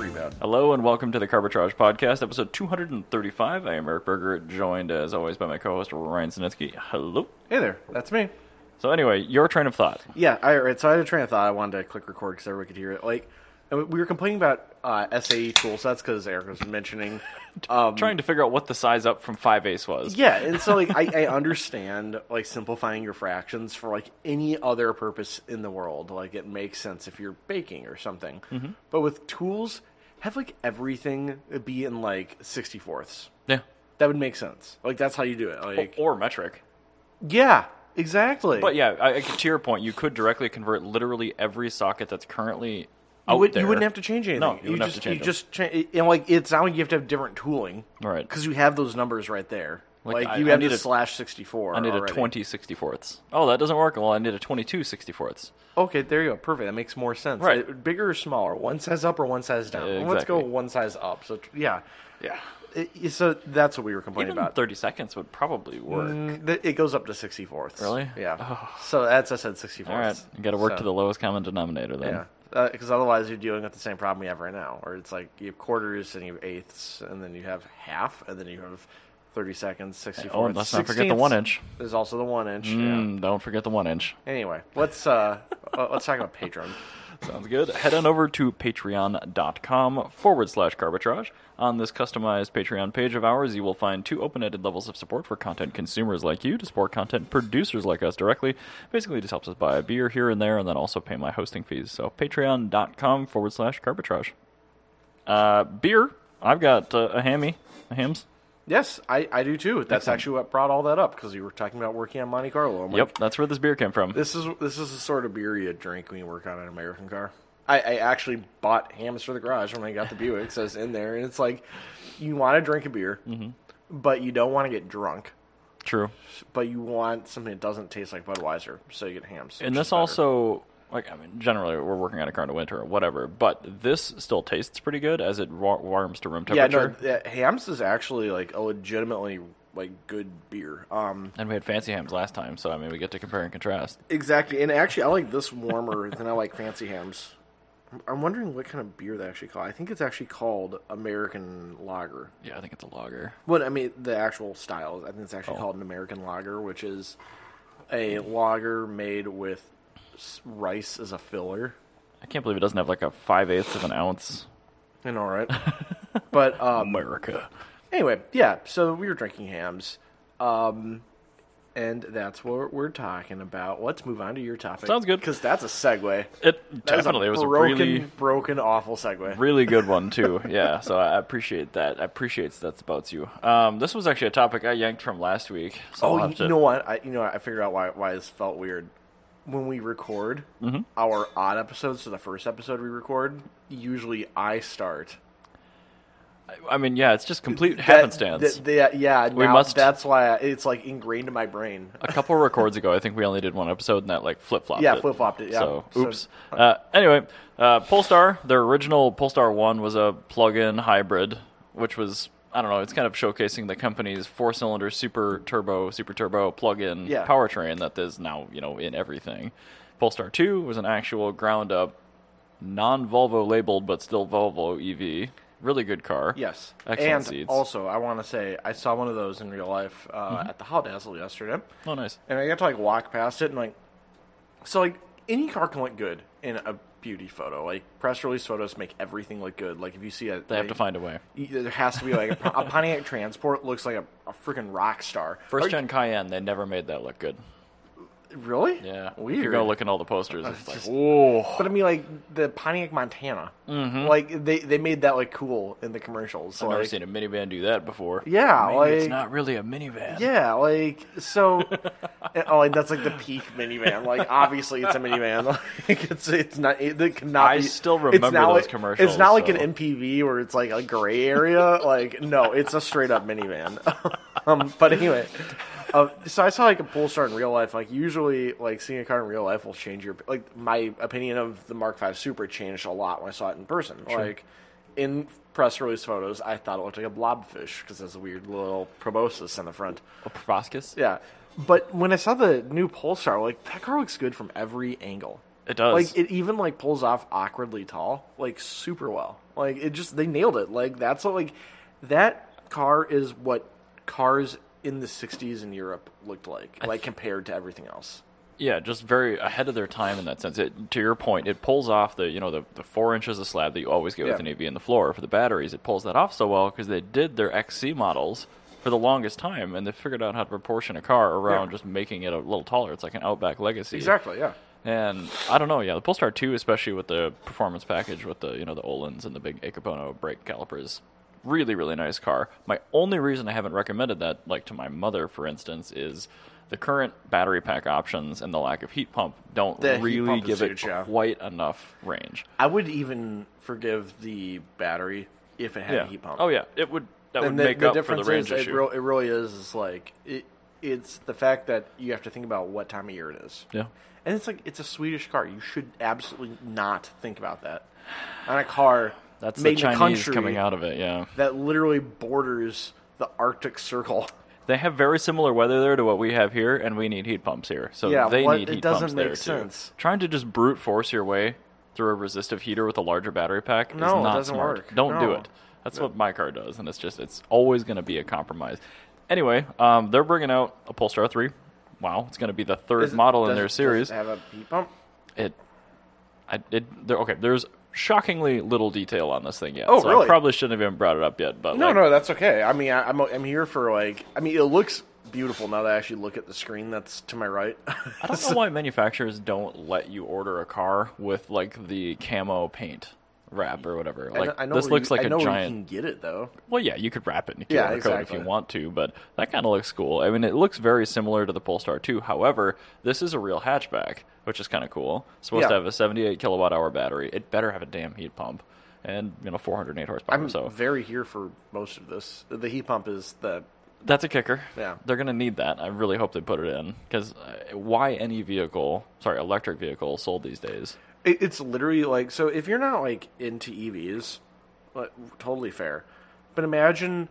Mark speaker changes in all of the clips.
Speaker 1: Hello and welcome to the Carbitrage Podcast, episode 235. I am Eric Berger, joined as always by my co-host Ryan Sinitsky. Hello.
Speaker 2: Hey there, that's me.
Speaker 1: So anyway, your train of thought.
Speaker 2: Yeah, I, all right, so I had a train of thought. I wanted to click record because everyone could hear it. Like, and we were complaining about uh, SAE tool sets because Eric was mentioning. Um,
Speaker 1: Trying to figure out what the size up from 5 ace was.
Speaker 2: yeah, and so like I, I understand like simplifying your fractions for like any other purpose in the world. Like it makes sense if you're baking or something.
Speaker 1: Mm-hmm.
Speaker 2: But with tools, have like everything be in like sixty fourths.
Speaker 1: Yeah.
Speaker 2: That would make sense. Like that's how you do it. Like
Speaker 1: Or metric.
Speaker 2: yeah, exactly.
Speaker 1: But yeah, I, I- to your point, you could directly convert literally every socket that's currently out
Speaker 2: you, would,
Speaker 1: there.
Speaker 2: you wouldn't have to change anything.
Speaker 1: No, you wouldn't
Speaker 2: just,
Speaker 1: have to change
Speaker 2: You
Speaker 1: them.
Speaker 2: just change, and like it's not like you have to have different tooling,
Speaker 1: Right.
Speaker 2: Because you have those numbers right there.
Speaker 1: Like,
Speaker 2: Like,
Speaker 1: I-
Speaker 2: you
Speaker 1: I
Speaker 2: have
Speaker 1: need
Speaker 2: the
Speaker 1: a-
Speaker 2: slash sixty four.
Speaker 1: I need a 20 64ths. Oh, that doesn't work. Well, I need a 22 64ths.
Speaker 2: Okay, there you go. Perfect. That makes more sense.
Speaker 1: Right.
Speaker 2: Uh, bigger or smaller? One size up or one size down?
Speaker 1: Uh,
Speaker 2: Let's go
Speaker 1: exactly.
Speaker 2: one size up. So t- yeah,
Speaker 1: Yeah.
Speaker 2: It- it- so that's what we were complaining
Speaker 1: Even
Speaker 2: about.
Speaker 1: 30 seconds would probably work.
Speaker 2: Mm, th- it goes up to sixty fourths.
Speaker 1: Really?
Speaker 2: Yeah.
Speaker 1: Oh.
Speaker 2: So that's I said sixty
Speaker 1: All right.
Speaker 2: fourths.
Speaker 1: You got to work to the lowest common denominator then.
Speaker 2: Yeah, because Uh, otherwise you're dealing with the same problem we have right now, where it's like you have quarters and you have eighths, and then you have half, and then you have thirty seconds, sixty
Speaker 1: Oh,
Speaker 2: four.
Speaker 1: and let's not forget the one inch.
Speaker 2: There's also the one inch. Yeah.
Speaker 1: Mm, Don't forget the one inch.
Speaker 2: Anyway, let's uh, uh, let's talk about Patreon.
Speaker 1: Sounds good. Head on over to patreon.com forward slash carbitrage. On this customized Patreon page of ours, you will find two open ended levels of support for content consumers like you to support content producers like us directly. Basically, it just helps us buy a beer here and there and then also pay my hosting fees. So, patreon.com forward slash carbitrage. Uh, beer. I've got uh, a hammy, a hams.
Speaker 2: Yes, I, I do too. That's actually what brought all that up because you were talking about working on Monte Carlo. I'm like,
Speaker 1: Yep, that's where this beer came from.
Speaker 2: This is this is the sort of beer you drink when you work on an American car. I, I actually bought hams for the garage when I got the Buick, so it's in there, and it's like you want to drink a beer,
Speaker 1: Mm-hmm.
Speaker 2: but you don't want to get drunk,
Speaker 1: True.
Speaker 2: but you want something that doesn't taste like Budweiser, so you get hams.
Speaker 1: And
Speaker 2: which
Speaker 1: this
Speaker 2: is better.
Speaker 1: also, like, I mean, generally we're working on a car in the winter or whatever, but this still tastes pretty good as it wa- warms to room
Speaker 2: yeah,
Speaker 1: temperature.
Speaker 2: no, th- hams is actually like a legitimately like good beer. Um,
Speaker 1: And we had fancy hams last time, so I mean, we get to compare and contrast.
Speaker 2: exactly, and actually, I like this warmer than I like fancy hams. I'm- I'm wondering what kind of beer they actually call. I think it's actually called American Lager.
Speaker 1: Yeah, I think it's a lager.
Speaker 2: Well, I mean, the actual style. I think it's
Speaker 1: Oh.
Speaker 2: actually called an American lager, which is a lager made with s- rice as a filler.
Speaker 1: I can't believe it doesn't have like a five eighths of an ounce.
Speaker 2: You know, right? but um,
Speaker 1: America.
Speaker 2: anyway, yeah. So we were drinking hams, um, and that's what we're talking about. Let's move on to your topic.
Speaker 1: Sounds good.
Speaker 2: because that's a segue.
Speaker 1: It
Speaker 2: That is
Speaker 1: definitely
Speaker 2: a
Speaker 1: was a
Speaker 2: broken,
Speaker 1: really,
Speaker 2: broken, awful segue.
Speaker 1: really good one too. Yeah, so I appreciate that. I appreciate that's about you. Um, this was actually a topic I yanked from last week. So I'll
Speaker 2: Oh,
Speaker 1: have
Speaker 2: you,
Speaker 1: to-
Speaker 2: you know what? I you know what? I figured out why why this felt weird. When we record
Speaker 1: Mm-hmm.
Speaker 2: our odd episodes, so the first episode we record, usually I start.
Speaker 1: I mean, yeah, it's just complete
Speaker 2: That-
Speaker 1: happenstance.
Speaker 2: that- that- yeah,
Speaker 1: We
Speaker 2: now
Speaker 1: must-
Speaker 2: That's why I, it's like ingrained in my brain.
Speaker 1: a couple records ago, I think we only did one episode, and that like flip flopped.
Speaker 2: Yeah, flip-flopped it, yeah.
Speaker 1: So,
Speaker 2: So-
Speaker 1: oops. uh, anyway, uh, Polestar, their original Polestar One was a plug-in hybrid, which was I don't know. It's kind of showcasing the company's four-cylinder super turbo, super turbo plug-in
Speaker 2: Yeah.
Speaker 1: powertrain that is now you know in everything. Polestar Two was an actual ground-up, non-Volvo labeled but still Volvo EV. Really good car.
Speaker 2: Yes,
Speaker 1: Excellent
Speaker 2: and
Speaker 1: seats.
Speaker 2: also I want to say I saw one of those in real life uh,
Speaker 1: Mm-hmm.
Speaker 2: at the Holidazzle yesterday,
Speaker 1: oh, nice.
Speaker 2: and I got to like walk past it and like, so like any car can look good in a beauty photo. Like press release photos make everything look good. Like if you see a
Speaker 1: They have
Speaker 2: like,
Speaker 1: to find a way.
Speaker 2: there has to be like a, Pon- a Pontiac Transport looks like a, a freaking rock star. Are
Speaker 1: First
Speaker 2: you-
Speaker 1: gen Cayenne, they never made that look good.
Speaker 2: really?
Speaker 1: Yeah,
Speaker 2: weird.
Speaker 1: If you go look at all the posters, it's like,
Speaker 2: Just-
Speaker 1: whoa.
Speaker 2: but I mean, like the Pontiac Montana, like they they made that like cool in the commercials. So,
Speaker 1: Mm-hmm. I've never
Speaker 2: like,
Speaker 1: seen a minivan do that before.
Speaker 2: Yeah,
Speaker 1: Maybe it's
Speaker 2: like-
Speaker 1: not really a minivan.
Speaker 2: Yeah, like so. and, oh, like that's like the peak minivan. Like obviously, it's a minivan. Like it's it's not it, it cannot.
Speaker 1: I
Speaker 2: be-
Speaker 1: still
Speaker 2: it's
Speaker 1: remember
Speaker 2: not
Speaker 1: those
Speaker 2: like-
Speaker 1: commercials,
Speaker 2: It's not like
Speaker 1: so-
Speaker 2: an MPV where it's like a gray area. like no, it's a straight up minivan. um, but anyway, uh, so I saw like a Polestar in real life. Like usually, like seeing a car in real life will change your like my opinion of the Mark V Super changed a lot when I saw it in person. Like in press release photos, I thought it looked like a blobfish because there's a weird little proboscis in the front.
Speaker 1: A proboscis?
Speaker 2: Yeah. But when I saw the new Polestar, like that car looks good from every angle.
Speaker 1: It does.
Speaker 2: Like it even like pulls off awkwardly tall, like super well. Like it just they nailed it. Like that's what, like that car is what cars in the '60s in Europe looked like, like compared to everything else.
Speaker 1: Yeah, just very ahead of their time in that sense. It, to your point, it pulls off the you know the, the four inches of slab that you always get with
Speaker 2: Yeah.
Speaker 1: an EV in the floor for the batteries. It pulls that off so well because they did their XC models for the longest time, and they figured out how to proportion a car around
Speaker 2: Yeah.
Speaker 1: just making it a little taller. It's like an Outback Legacy,
Speaker 2: Exactly. Yeah.
Speaker 1: And I don't know, yeah, the Polestar two, especially with the performance package with the you know the Olins and the big Akapono brake calipers, really really nice car. My only reason I haven't recommended that, like to my mother, for instance, is the current battery pack options and the lack of heat pump don't
Speaker 2: The heat
Speaker 1: really
Speaker 2: pump is
Speaker 1: give
Speaker 2: huge,
Speaker 1: it
Speaker 2: yeah.
Speaker 1: quite enough range.
Speaker 2: I would even forgive the battery if it had
Speaker 1: Yeah.
Speaker 2: a heat pump.
Speaker 1: Oh yeah, it would that would
Speaker 2: the,
Speaker 1: make
Speaker 2: the
Speaker 1: up for the
Speaker 2: difference
Speaker 1: range
Speaker 2: is,
Speaker 1: issue.
Speaker 2: It, real- it really is is like it, it's the fact that you have to think about what time of year it is.
Speaker 1: yeah.
Speaker 2: And it's like it's a Swedish car. You should absolutely not think about that on a car
Speaker 1: That's
Speaker 2: made
Speaker 1: the
Speaker 2: in a
Speaker 1: Chinese
Speaker 2: country
Speaker 1: coming out of it, yeah.
Speaker 2: that literally borders the Arctic Circle.
Speaker 1: They have very similar weather there to what we have here, and we need heat pumps here. So
Speaker 2: Yeah,
Speaker 1: they
Speaker 2: what-
Speaker 1: need
Speaker 2: it
Speaker 1: heat
Speaker 2: doesn't
Speaker 1: pumps
Speaker 2: make
Speaker 1: there
Speaker 2: sense.
Speaker 1: too. Trying to just brute force your way through a resistive heater with a larger battery pack is
Speaker 2: No, it
Speaker 1: not
Speaker 2: doesn't
Speaker 1: smart.
Speaker 2: work.
Speaker 1: Don't do
Speaker 2: No.
Speaker 1: it. That's what my car does, and it's just it's always going to be a compromise. Anyway, um, they're bringing out a Polestar three. Wow, it's going to be the third
Speaker 2: Does-
Speaker 1: model in
Speaker 2: does-
Speaker 1: their
Speaker 2: does it
Speaker 1: series.
Speaker 2: have a heat pump.
Speaker 1: It, I, it, there, okay. There's shockingly little detail on this thing yet.
Speaker 2: Oh,
Speaker 1: so I
Speaker 2: really?
Speaker 1: probably shouldn't have even brought it up yet. But
Speaker 2: No,
Speaker 1: like,
Speaker 2: no, that's okay. I mean, I, I'm I'm here for like. I mean, it looks beautiful now that I actually look at the screen that's to my right.
Speaker 1: I don't know why manufacturers don't let you order a car with like the camo paint wrap or whatever. Like
Speaker 2: I know
Speaker 1: this
Speaker 2: where
Speaker 1: looks
Speaker 2: you,
Speaker 1: like
Speaker 2: I
Speaker 1: a
Speaker 2: know where
Speaker 1: giant.
Speaker 2: You can get it though.
Speaker 1: Well, yeah, you could wrap it in QR
Speaker 2: Yeah,
Speaker 1: code
Speaker 2: exactly.
Speaker 1: if you want to, but that kind of looks cool. I mean, it looks very similar to the Polestar 2. However, this is a real hatchback, which is kind of cool. It's supposed to
Speaker 2: Yeah.
Speaker 1: have a 78 kilowatt hour battery. It better have a damn heat pump, and you know 408 horsepower.
Speaker 2: I'm
Speaker 1: so
Speaker 2: very here for most of this. The heat pump is the
Speaker 1: That's a kicker.
Speaker 2: Yeah.
Speaker 1: They're going to need that. I really hope they put it in because why any vehicle, sorry, electric vehicle sold these days?
Speaker 2: It, it's literally like so. If you're not like into EVs, like, totally fair. But imagine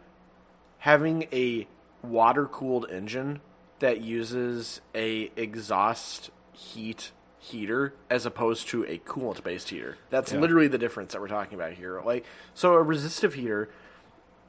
Speaker 2: having a water cooled engine that uses a exhaust heat heater as opposed to a coolant based heater. That's literally the difference that we're talking about here. Like so, a resistive heater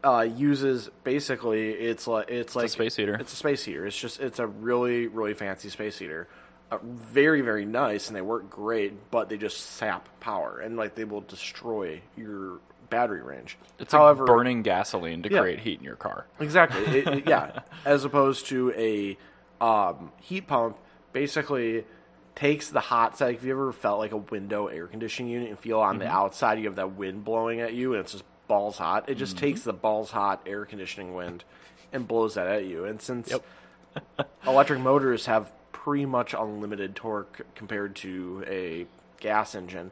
Speaker 2: uh, uses basically it's like it's like
Speaker 1: space heater.
Speaker 2: It's a space heater. It's just it's a really really fancy space heater, uh, very very nice, and they work great, but they just sap power and like they will destroy your battery range.
Speaker 1: It's like burning gasoline to
Speaker 2: Yeah.
Speaker 1: create heat in your car.
Speaker 2: Exactly. It, it- yeah. As opposed to a um, heat pump, basically takes the hot side. If you ever felt like a window air conditioning unit and feel on the outside you have that wind blowing at you and it's just balls hot, it just takes the balls hot air conditioning wind and blows that at you. And since electric motors have pretty much unlimited torque compared to a gas engine,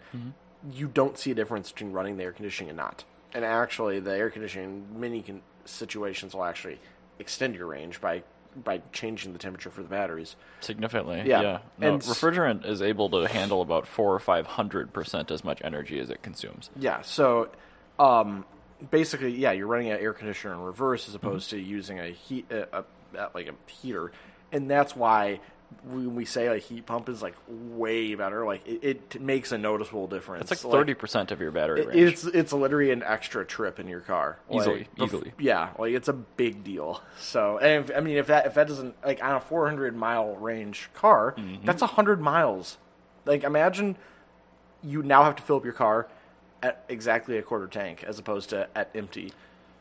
Speaker 2: you don't see a difference between running the air conditioning and not. And actually, the air conditioning in many con- situations will actually extend your range by by changing the temperature for the batteries.
Speaker 1: Significantly. Yeah.
Speaker 2: Yeah.
Speaker 1: No,
Speaker 2: And s-
Speaker 1: refrigerant is able to handle about four or 500% as much energy as it consumes.
Speaker 2: Yeah. So, um, basically, yeah, you're running an air conditioner in reverse as opposed to using a heat, a, a, a- like a heater, and that's why when we say a heat pump is like way better, like it, it t- makes a noticeable difference.
Speaker 1: It's like 30% of your battery
Speaker 2: it-
Speaker 1: range.
Speaker 2: it's it's literally an extra trip in your car. Like,
Speaker 1: Easily,
Speaker 2: bef-
Speaker 1: easily.
Speaker 2: Yeah, like it's a big deal. So, and if, I mean, if that if that doesn't like on a 400 mile range car,
Speaker 1: Mm-hmm.
Speaker 2: that's 100 miles. Like, imagine you now have to fill up your car at exactly a quarter tank as opposed to at empty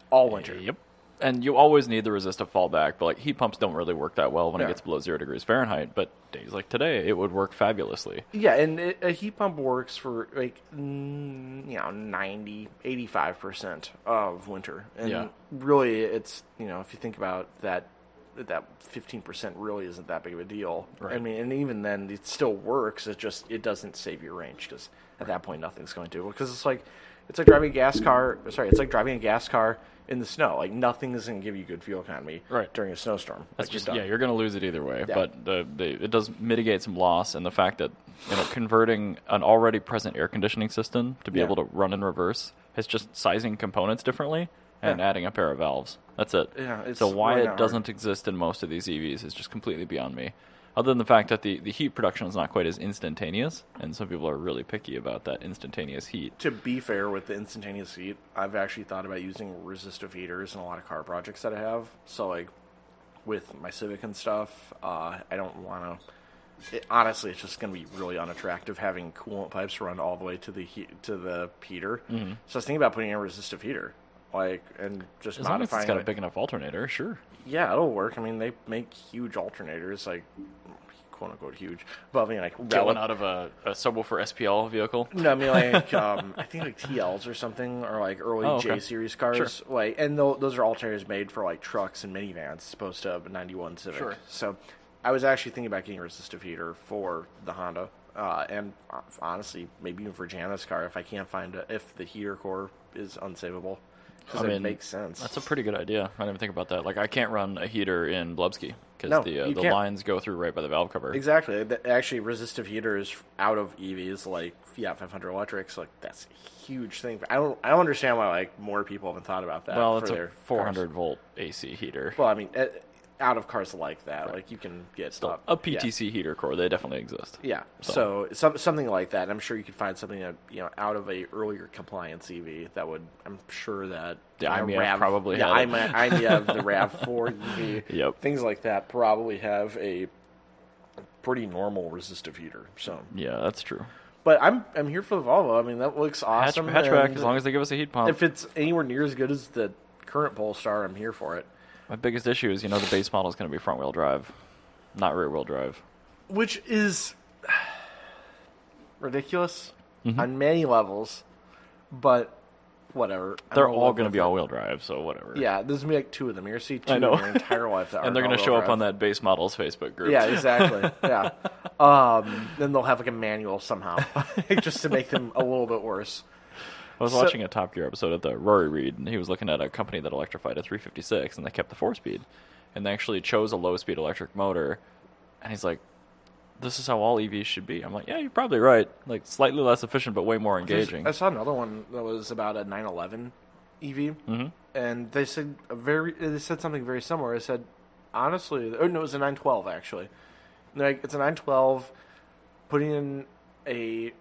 Speaker 2: all winter.
Speaker 1: Yep. And you always need the resistive fallback, but like heat pumps don't really work that well when it
Speaker 2: Yeah.
Speaker 1: gets below zero degrees Fahrenheit. But days like today, it would work fabulously.
Speaker 2: Yeah, and it, a heat pump works for like mm, you know 90, 85 percent of winter, and
Speaker 1: Yeah.
Speaker 2: really it's you know if you think about that that fifteen percent really isn't that big of a deal. I
Speaker 1: Right.
Speaker 2: mean, and even then it still works. It just it doesn't save your range because at that point nothing's going to because it's like it's like driving a gas car. Sorry, it's like driving a gas car in the snow. Like nothing is going to give you good fuel economy
Speaker 1: Right.
Speaker 2: during a snowstorm.
Speaker 1: That's
Speaker 2: Like,
Speaker 1: just
Speaker 2: you're done.
Speaker 1: yeah, you're going to lose it either way. But the, the it does mitigate some loss, and the fact that you know converting an already present air conditioning system to be
Speaker 2: Yeah.
Speaker 1: able to run in reverse is just sizing components differently and adding a pair of valves. That's it.
Speaker 2: Yeah, it's
Speaker 1: so why
Speaker 2: really
Speaker 1: it
Speaker 2: not hard.
Speaker 1: E doesn't exist in most of these EVs is just completely beyond me. Other than the fact that the, the heat production is not quite as instantaneous, and some people are really picky about that instantaneous heat.
Speaker 2: To be fair with the instantaneous heat, I've actually thought about using resistive heaters in a lot of car projects that I have. So like with my Civic and stuff, uh, I don't want to. It, honestly, it's just going to be really unattractive having coolant pipes run all the way to the heat, to the heater.
Speaker 1: Mm-hmm.
Speaker 2: So I was thinking about putting in a resistive heater, like and just
Speaker 1: As long as it's
Speaker 2: modifying
Speaker 1: got a
Speaker 2: it.
Speaker 1: big enough alternator, sure.
Speaker 2: Yeah, it'll work. I mean, they make huge alternators, like quote unquote huge, but I mean like
Speaker 1: Get
Speaker 2: rel-
Speaker 1: one out of a, a subwoofer SPL vehicle.
Speaker 2: No, I mean like um, I think like TLs or something, or like early
Speaker 1: Oh, okay.
Speaker 2: J series cars. Like, and tho- those are alternators made for like trucks and minivans, as opposed to a '91 Civic.
Speaker 1: Sure.
Speaker 2: So, I was actually thinking about getting a resistive heater for the Honda, uh, and uh, honestly, maybe even for Jana's car if I can't find a, if the heater core is unsavable, because
Speaker 1: I
Speaker 2: it
Speaker 1: mean,
Speaker 2: makes sense.
Speaker 1: That's a pretty good idea. I didn't even think about that. Like, I can't run a heater in Blubsky because
Speaker 2: No,
Speaker 1: the uh,
Speaker 2: you
Speaker 1: the
Speaker 2: can't.
Speaker 1: lines go through right by the valve cover.
Speaker 2: Exactly. Th- Actually, resistive heaters out of EVs like Fiat 500 electrics, like that's a huge thing. I don't, I don't understand why like more people haven't thought about that.
Speaker 1: Well,
Speaker 2: for
Speaker 1: it's a
Speaker 2: their
Speaker 1: 400
Speaker 2: Cars.
Speaker 1: volt AC heater.
Speaker 2: Well, I mean, eh, out of cars like that, like you can get
Speaker 1: Still,
Speaker 2: up-
Speaker 1: a
Speaker 2: uh, yeah.
Speaker 1: PTC heater core. They definitely exist.
Speaker 2: Yeah. So, some, something like that. And I'm sure you could find something that, you know out of a earlier compliance EV that would. I'm sure that
Speaker 1: The
Speaker 2: a
Speaker 1: IMEF probably
Speaker 2: yeah, E
Speaker 1: had it.
Speaker 2: I'm IMEF, the Rav Four EV,
Speaker 1: Yep.
Speaker 2: things like that probably have a pretty normal resistive heater. So
Speaker 1: Yeah, that's true.
Speaker 2: but I'm I'm here for the Volvo. I mean that looks
Speaker 1: Hatch,
Speaker 2: awesome.
Speaker 1: hatchback,
Speaker 2: and
Speaker 1: as long as they give us a heat pump.
Speaker 2: if it's anywhere near as good as the current Polestar, I'm here for it.
Speaker 1: My biggest issue is, you know, the base model is going to be front wheel drive, not rear wheel drive.
Speaker 2: Which is ridiculous
Speaker 1: Mm-hmm.
Speaker 2: on many levels, but whatever. I'm
Speaker 1: They're
Speaker 2: in
Speaker 1: all
Speaker 2: love
Speaker 1: going to
Speaker 2: with
Speaker 1: be
Speaker 2: it.
Speaker 1: all wheel drive, so whatever.
Speaker 2: Yeah, there's gonna be like two of them. You're gonna see two
Speaker 1: I know.
Speaker 2: in your entire life that
Speaker 1: And they're
Speaker 2: going to
Speaker 1: show up on that base models Facebook group.
Speaker 2: Yeah, exactly. yeah. Um, then they'll have like a manual somehow, just to make them a little bit worse.
Speaker 1: I was
Speaker 2: So-
Speaker 1: watching a Top Gear episode of the Rory Reed, and he was looking at a company that electrified a 356, and they kept the four speed, and they actually chose a low speed electric motor, and he's like, "This is how all EVs should be." I'm like, "Yeah, you're probably right. Like slightly less efficient, but way more
Speaker 2: There's-
Speaker 1: engaging."
Speaker 2: I saw another one that was about a 911 EV, and they said a very they said something very similar. They said honestly, oh no, it was a 912 actually. And they're like it's a 912, putting in a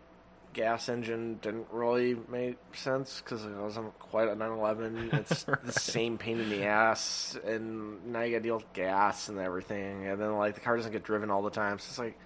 Speaker 2: gas engine didn't really make sense because it wasn't quite a 911. It's the same pain in the ass, and now you got to deal with gas and everything, and then like the car doesn't get driven all the time, so it's like.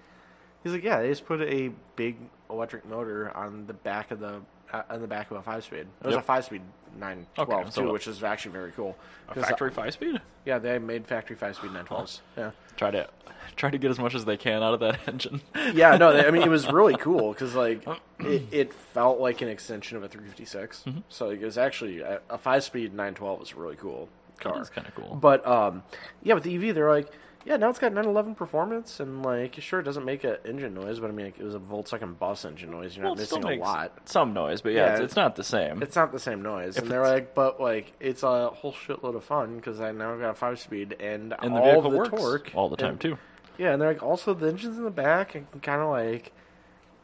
Speaker 2: He's like, yeah, they just put a big electric motor on the back of the uh, on the back of a five speed. It was
Speaker 1: Yep.
Speaker 2: a five speed nine twelve
Speaker 1: Okay, so-
Speaker 2: too, which is actually very cool.
Speaker 1: A
Speaker 2: 'Cause, uh,
Speaker 1: factory five speed.
Speaker 2: yeah, they made factory five speed nine twelves. Yeah,
Speaker 1: Try to try to get as much as they can out of that engine.
Speaker 2: yeah, no, they, I mean it was really cool because like it, it felt like an extension of a three
Speaker 1: Mm-hmm.
Speaker 2: So it was actually uh, a, a five speed nine twelve is a really cool car.
Speaker 1: That's kind of cool.
Speaker 2: But um, yeah, with the EV, they're like, yeah, now it's got 911 performance, and like, sure, it doesn't make an engine noise, but I mean, like, it was a Volkswagen bus engine noise. You're
Speaker 1: Well,
Speaker 2: not
Speaker 1: it still
Speaker 2: missing a
Speaker 1: makes
Speaker 2: lot.
Speaker 1: some noise, but yeah,
Speaker 2: Yeah,
Speaker 1: it's,
Speaker 2: it-
Speaker 1: it's not the same.
Speaker 2: It's not the same noise, and they're
Speaker 1: it's-
Speaker 2: like, but like, it's a whole shitload of fun because I now got a five speed and,
Speaker 1: and the
Speaker 2: all
Speaker 1: vehicle
Speaker 2: the
Speaker 1: works
Speaker 2: torque
Speaker 1: all the time
Speaker 2: and-
Speaker 1: too.
Speaker 2: Yeah, and they're like, also the engines in the back, and kind of like.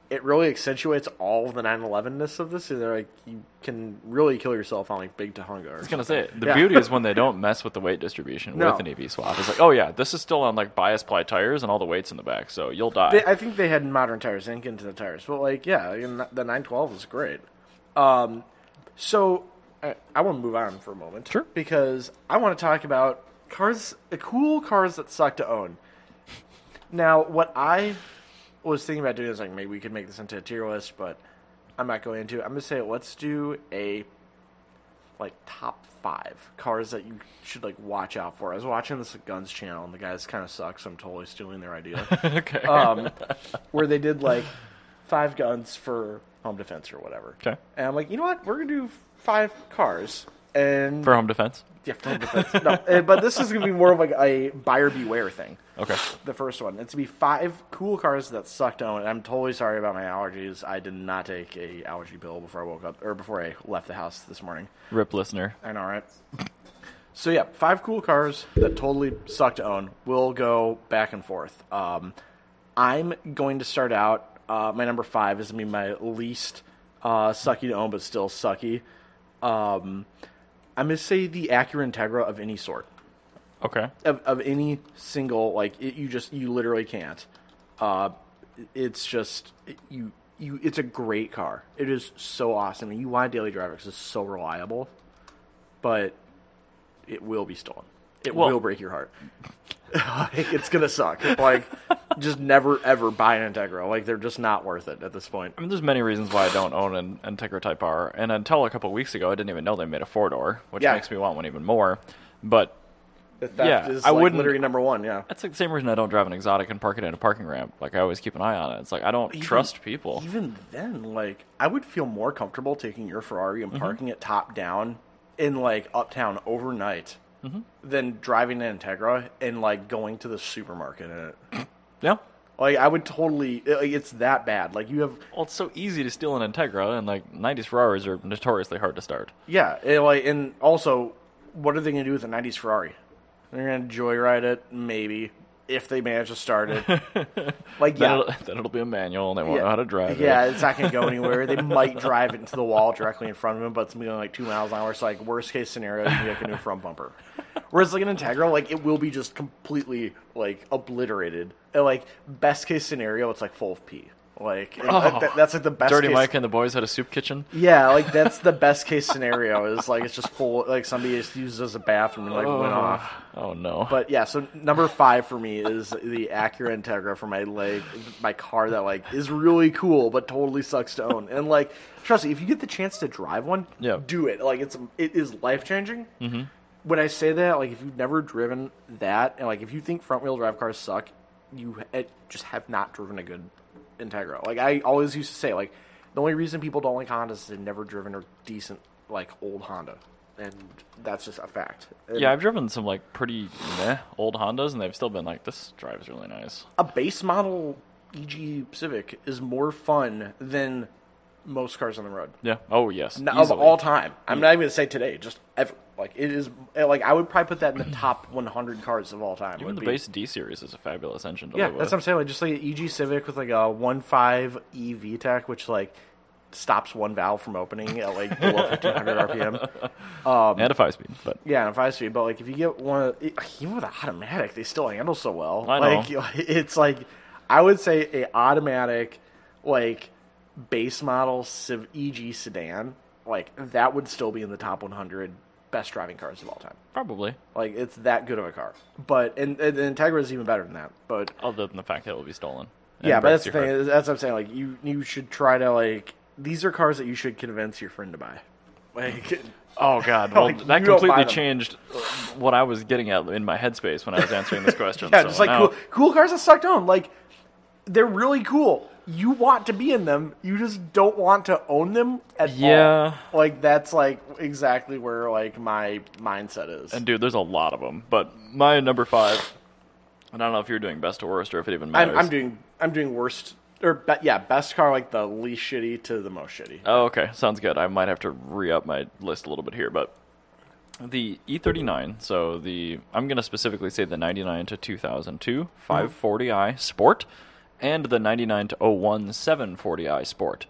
Speaker 2: It really accentuates all of the 911-ness of this. And they're like, you can really kill yourself on like big Tahunga. Or
Speaker 1: I was gonna say the
Speaker 2: Yeah.
Speaker 1: beauty is when they don't mess with the weight distribution
Speaker 2: No.
Speaker 1: with an EV swap. It's like, oh yeah, this is still on like bias ply tires and all the weights in the back, so you'll die.
Speaker 2: They, I think they had modern tires and into the tires, but like yeah, and the 912 was great. Um, so I, I want to move on for a moment,
Speaker 1: Sure.
Speaker 2: because I want to talk about cars, the cool cars that suck to own. Now, what I was thinking about doing is like maybe we could make this into a tier list, but I'm not going into it. I'm gonna say let's do a like top five cars that you should like watch out for. I was watching this Guns channel, and the guys kind of suck, so I'm totally stealing their idea
Speaker 1: okay.
Speaker 2: um, where they did like five guns for home defense or whatever.
Speaker 1: Okay.
Speaker 2: And I'm like, you know what? We're gonna do five cars and
Speaker 1: For home defense.
Speaker 2: yeah, for home defense. no, eh, but this is gonna be more of like a buyer beware thing.
Speaker 1: Okay.
Speaker 2: The first one, it's gonna be five cool cars that sucked on. I'm totally sorry about my allergies. I did not take a allergy pill before I woke up or before I left the house this morning.
Speaker 1: Rip listener.
Speaker 2: I know, right? So yeah, five cool cars that totally suck to own. We'll go back and forth. Um, I'm going to start out. Uh, my number five is gonna be my least uh, sucky to own, but still sucky. Um, I'm gonna say the Acura Integra of any sort.
Speaker 1: Okay.
Speaker 2: of, of any single like it, you just you literally can't. Uh, it's just you you it's a great car. It is so awesome, and you want a daily driver because it's so reliable. But it will be stolen. It
Speaker 1: Well-
Speaker 2: will break your heart. like, it's gonna suck. Like just never ever buy an Integra. Like they're just not worth it at this point.
Speaker 1: I mean, there's many reasons why I don't own an Integra Type R, and until a couple weeks ago, I didn't even know they made a four door, which
Speaker 2: Yeah.
Speaker 1: makes me want one even more. But
Speaker 2: The theft
Speaker 1: Yeah,
Speaker 2: is
Speaker 1: I
Speaker 2: like,
Speaker 1: wouldn't-
Speaker 2: literally number one. Yeah.
Speaker 1: that's like the same reason I don't drive an exotic and park it in a parking ramp. Like I always keep an eye on it. It's like I don't
Speaker 2: Even-
Speaker 1: trust people.
Speaker 2: Even then, like I would feel more comfortable taking your Ferrari
Speaker 1: Mm-hmm.
Speaker 2: and parking it top down in like uptown overnight
Speaker 1: Mm-hmm.
Speaker 2: than driving an Integra and like going to the supermarket in it.
Speaker 1: yeah.
Speaker 2: Like I would totally. it- like, it's that bad. Like you have,
Speaker 1: Well, it's so easy to steal an Integra, and like '90s Ferraris are notoriously hard to start.
Speaker 2: yeah. and, like and also, what are they going to do with a '90s Ferrari? They're going to joyride it, maybe if they manage to start it. like
Speaker 1: Then,
Speaker 2: yeah.
Speaker 1: it'll, then it'll be a manual, and they won't know how to drive
Speaker 2: Yeah,
Speaker 1: it.
Speaker 2: it's not going to go anywhere. They might drive it into the wall directly in front of him, but it's going like two miles an hour. So, like, worst case scenario, you get a new front bumper. Whereas, like, an Integra, like, it will be just completely, like, obliterated. And, like, best case scenario, it's, like, full of pee. Like, and
Speaker 1: Oh.
Speaker 2: that- that's, like, the best
Speaker 1: Dirty
Speaker 2: case.
Speaker 1: Mike and the boys had a soup kitchen.
Speaker 2: Yeah, like, that's the best case scenario is, like, it's just full, like, somebody just used it as a bathroom and, like, went off.
Speaker 1: Oh no!
Speaker 2: But yeah, so number five for me is the Acura Integra for my like my car that like is really cool but totally sucks to own. And like, trust me, if you get the chance to drive one,
Speaker 1: Yeah.
Speaker 2: do it. Like it's it is life changing. Mm-hmm. When I say that, like if you've never driven that, and like if you think front wheel drive cars suck, you it, just have not driven a good Integra. Like I always used to say, like the only reason people don't like Hondas is they've never driven a decent like old Honda. And that's just a fact. And-
Speaker 1: yeah, I've driven some like pretty meh old Hondas, and they've still been like, "This drives really nice."
Speaker 2: a base model EG Civic is more fun than most cars on the road
Speaker 1: Yeah. Oh yes.
Speaker 2: N- of
Speaker 1: easily.
Speaker 2: all time. I'm not even gonna say today, just ever. Like it is, eh, like I would probably put that in the top 100 cars of all time.
Speaker 1: Even
Speaker 2: would
Speaker 1: the
Speaker 2: be-
Speaker 1: base D series is uh, a fabulous engine to
Speaker 2: Yeah,
Speaker 1: live
Speaker 2: that's what
Speaker 1: with.
Speaker 2: I'm saying. Like just like an EG Civic with like a 1.5 E VTEC, which like stops one valve from opening at like below 1500 RPM.
Speaker 1: and a five speed, but
Speaker 2: Yeah, and a five speed. But like, if you get one, it, even with an automatic, they still handle so well.
Speaker 1: I
Speaker 2: like,
Speaker 1: know.
Speaker 2: it's like I would say a automatic, like base model Civ EG sedan, like that would still be in the top 100 best driving cars of all time.
Speaker 1: probably.
Speaker 2: Like, it's that good of a car. But and, and the Integra is even better than that. But
Speaker 1: Other than the fact that it will be stolen. and
Speaker 2: yeah, but that's
Speaker 1: breaks
Speaker 2: the
Speaker 1: your
Speaker 2: thing.
Speaker 1: heart.
Speaker 2: is- That's what I'm saying. Like, you you should try to like these are cars that you should convince your friend to buy. Like,
Speaker 1: Oh god, well
Speaker 2: Like,
Speaker 1: that
Speaker 2: you don't buy
Speaker 1: completely
Speaker 2: them.
Speaker 1: changed uh, what I was getting at in my headspace when I was answering this question.
Speaker 2: Yeah,
Speaker 1: so
Speaker 2: just like
Speaker 1: now-
Speaker 2: cool, cool cars that sucked on. Like they're really cool. You want to be in them. You just don't want to own them at
Speaker 1: Yeah.
Speaker 2: all. Like that's like exactly where like my mindset is.
Speaker 1: And dude, there's a lot of them. But my number five, and I don't know if you're doing best to worst or if it even matters.
Speaker 2: I'm, I'm doing I'm doing worst or be, yeah best car like the least shitty to the most shitty.
Speaker 1: Oh, okay. Sounds good. I might have to re up my list a little bit here, but the E39, so the I'm going to specifically say the 99 to 2002 540i Sport and the 99 to 01 740i Sport.